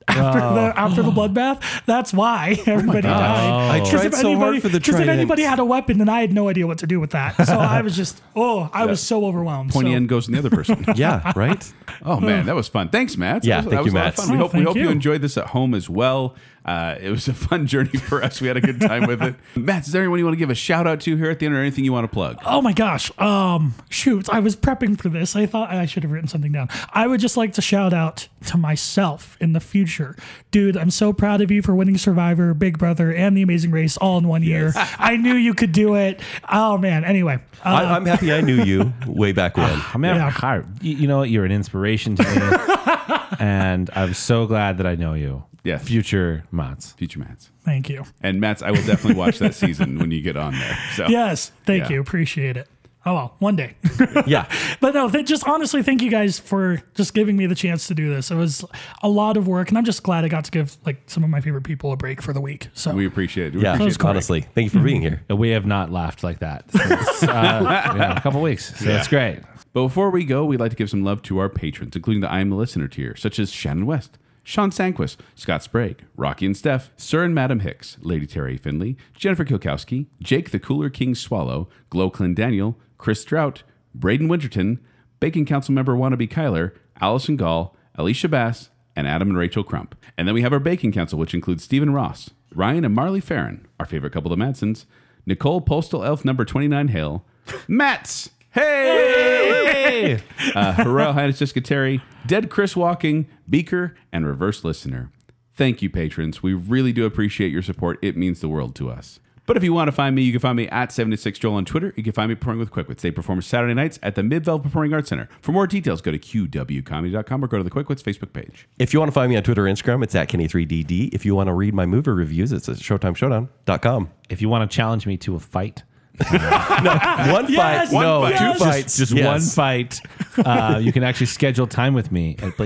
S5: after the after the bloodbath? That's
S2: Oh
S5: why everybody died.
S3: I
S5: 'Cause
S3: tried
S5: if
S3: so hard for the
S5: Because if
S3: trident.
S5: anybody had a weapon, then I had no idea what to do with that. So I was just oh, I was so overwhelmed.
S2: Pointy
S5: so.
S2: end goes in the other person.
S3: yeah, right?
S2: Oh man, that was fun. Thanks, Matt.
S3: Yeah,
S2: that was,
S3: thank
S2: that was
S3: you,
S2: a lot of
S3: Matt.
S2: fun. We
S5: Oh,
S2: hope we
S5: thank
S2: hope you.
S5: you.
S2: enjoyed this at home as well. Uh, it was a fun journey for us. We had a good time with it. Matt, is there anyone you want to give a shout out to here at the end, or anything you want to plug?
S5: Oh my gosh. Um shoot, I was prepping for this. I thought I should have written something down. I would just like to shout out to myself in the future. Dude, I'm so proud of you for winning Survivor, Big Brother, and The Amazing Race all in one year. I knew you could do it. Oh man. Anyway. Uh,
S3: I, I'm happy I knew you way back when.
S4: I mean,
S5: Yeah.
S4: I, you, you know, what? you're an inspiration to me, and I'm so glad that I know you.
S2: Yes.
S4: future Mats.
S2: Future Matt's
S5: thank you.
S2: and Matt's. I will definitely watch that season when you get on there. So
S5: Yes, thank
S2: Oh. Yeah.
S5: you. Appreciate it. Oh well, one day.
S3: Yeah.
S5: but no, th- just honestly, thank you guys for just giving me the chance to do this. It was a lot of work, and I'm just glad I got to give like some of my favorite people a break for the week. So
S2: we appreciate it. We
S3: Yeah.
S2: appreciate
S5: was
S2: the break.
S3: Honestly, thank you for being here.
S4: We have not laughed like that since uh, you know, a couple weeks, so it's great.
S2: But before we go, we'd like to give some love to our patrons, including the I Am a Listener tier, such as Shannon West, Sean Sanquist, Scott Sprague, Rocky and Steph, Sir and Madam Hicks, Lady Terry Finley, Jennifer Kilkowski, Jake the Cooler King Swallow, Glowclin Daniel, Chris Strout, Braden Winterton, Bacon Council member Wannabe Kyler, Allison Gall, Alicia Bass, and Adam and Rachel Crump. And then we have our Baking Council, which includes Stephen Ross, Ryan and Marley Farron, our favorite couple, the Madsons, Nicole Postal Elf number 29 Hale, Matts! Hey! uh, Her Royal Highness Jessica Terry, Dead Chris Walking, Beaker, and Reverse Listener. Thank you, patrons. We really do appreciate your support. It means the world to us. But if you want to find me, you can find me at 76Joel on Twitter. You can find me performing with Quickwits. They perform Saturday nights at the Midvale Performing Arts Center. For more details, go to qwcomedy.com or go to the Quickwits Facebook page.
S3: If you want to find me on Twitter or Instagram, it's at Kenny3DD. If you want to read my movie reviews, it's at ShowtimeShowdown.com.
S4: If you want to challenge me to a fight,
S3: One
S5: Yes!
S3: fight, no,
S5: One fight.
S3: two fights,
S4: just
S3: yes.
S4: one fight, uh, you can actually schedule time with me at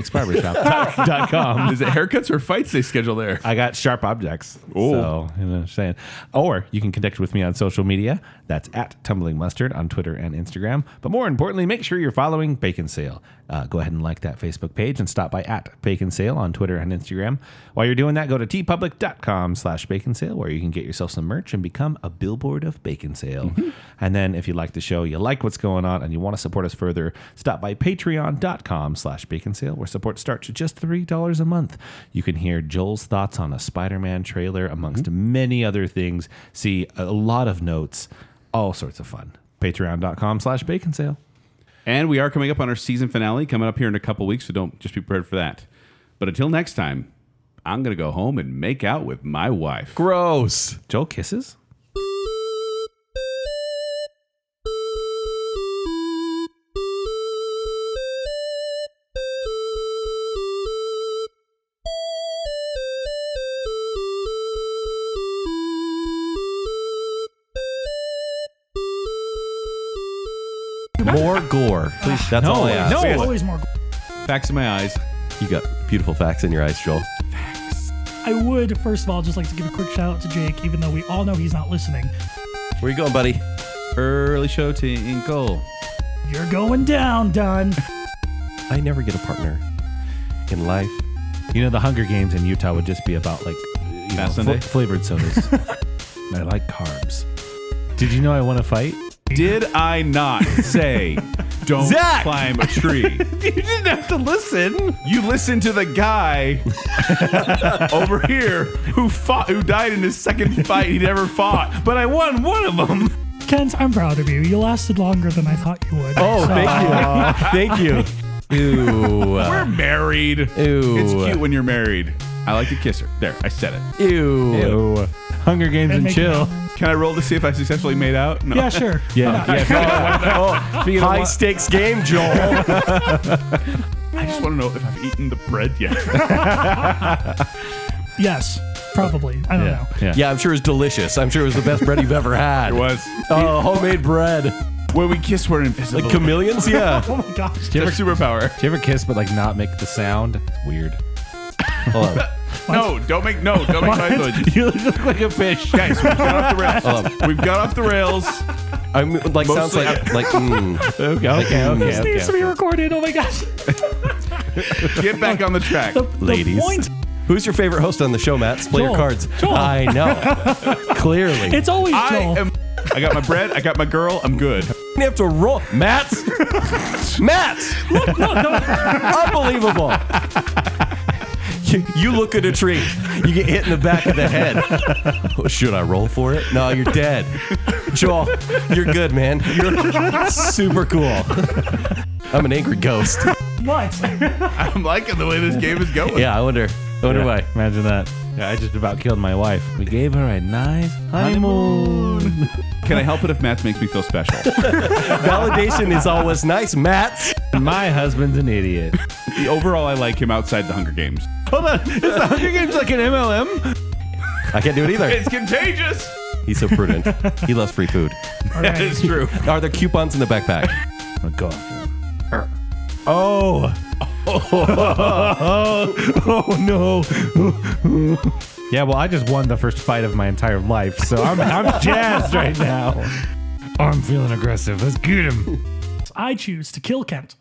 S4: Blake'sBarbershop.com.
S2: Is it haircuts or fights they schedule there?
S4: I got sharp objects.
S2: Ooh.
S4: So, you know what I'm saying? Or you can connect with me on social media. That's at Tumbling Mustard on Twitter and Instagram. But more importantly, make sure you're following Bacon Sale. Uh, go ahead and like that Facebook page and stop by at Bacon Sale on Twitter and Instagram. While you're doing that, go to tpublic.com slash bacon sale where you can get yourself some merch and become a billboard of bacon sale. And then if you like the show, you like what's going on, and you want to support us further, stop by patreon.com slash bacon sale where support starts at just $3 a month. You can hear Joel's thoughts on a Spider-Man trailer amongst many other things, see a lot of notes, all sorts of fun. Patreon.com slash bacon sale.
S2: And we are coming up on our season finale coming up here in a couple weeks, so don't just be prepared for that. But until next time, I'm gonna go home and make out with my wife.
S3: Gross.
S4: Joel kisses?
S3: More gore. Please. That's
S2: Oh,
S3: all I ask.
S4: no.
S5: There's always more.
S2: Facts in my eyes.
S3: You got beautiful facts in your eyes, Joel.
S5: I would, first of all, just like to give a quick shout out to Jake, even though we all know he's not listening.
S3: Where you going, buddy?
S2: Early show tinkle.
S5: You're going down, Don.
S3: I never get a partner in life.
S4: You know, the Hunger Games in Utah would just be about like you know,
S2: Fast Sunday?
S4: fl- flavored sodas. I like carbs. Did you know I want to fight?
S2: Did I not say don't
S3: Zach!
S2: climb a tree?
S4: You didn't have to listen.
S2: you listen to the guy over here who fought, who died in his second fight he'd ever fought. But I won one of them.
S5: Kent, I'm proud of you. You lasted longer than I thought you would.
S3: Oh,
S5: So-
S3: thank you. thank you. Ew.
S4: uh,
S2: We're married.
S3: Ew.
S2: It's cute when you're married. I like to kiss her. There, I said it.
S3: Ew.
S4: Ew. Hunger Games and,
S5: make
S4: chill.
S2: Can I roll to see if I successfully made out? No.
S5: Yeah, sure.
S4: Yeah.
S3: Oh,
S4: Speaking of
S3: high
S4: what-
S3: stakes game, Joel.
S2: I just want to know if I've eaten the bread yet.
S5: Yes, probably. I don't know.
S4: yeah.
S3: yeah, I'm sure it's delicious. I'm sure it was the best bread you've ever had.
S2: It was.
S3: Oh, homemade bread.
S2: When uh, we kiss, we're invisible.
S3: Like chameleons? Yeah.
S5: Oh my gosh.
S2: It's a superpower.
S4: Do you ever kiss but like not make the sound? It's weird.
S3: Hold on.
S2: No, don't make no, don't make my noise.
S4: you look like a fish.
S2: Guys, we've got off the rails. We've got off the rails.
S3: I'm like sounds
S2: Mostly-
S3: like like mm,
S4: Okay, okay, okay.
S5: This needs to be
S4: okay.
S5: recorded. Oh my gosh.
S2: Get back on the track.
S5: The, the
S3: ladies.
S5: point,
S3: Who's your favorite host on the show, Matt? Play your
S5: Joel.
S3: cards.
S5: Joel.
S3: I know. Clearly.
S5: it's always
S2: I
S5: Joel.
S2: am. I got my bread. I got my girl. I'm good.
S3: You have to roll. Matt! Matt! Unbelievable. You, you look at a tree. You get hit in the back of the head. Should I roll for it? No, you're dead. Joel, you're good, man. You're super cool. I'm an angry ghost.
S5: what?
S2: I'm liking the way this game is going.
S3: Yeah, I wonder. I wonder why.
S4: Imagine that. Yeah, I just about killed my wife. We gave her a nice honeymoon.
S2: Can I help it if Matt makes me feel special?
S3: Validation is always nice, Matt.
S4: my husband's an idiot.
S2: Overall, I like him outside the Hunger Games.
S4: Hold on. Is the Hunger Games like an MLM?
S3: I can't do it either.
S2: It's contagious.
S3: He's so prudent. He loves free food.
S5: All
S2: That
S5: right.
S2: is true.
S3: Are there coupons in the backpack?
S4: I'm go after him. Oh. Oh. no. yeah, well, I just won the first fight of my entire life, so I'm, I'm
S2: Oh,
S4: jazzed right now. I'm feeling aggressive. Let's get him.
S5: I choose to kill Kent.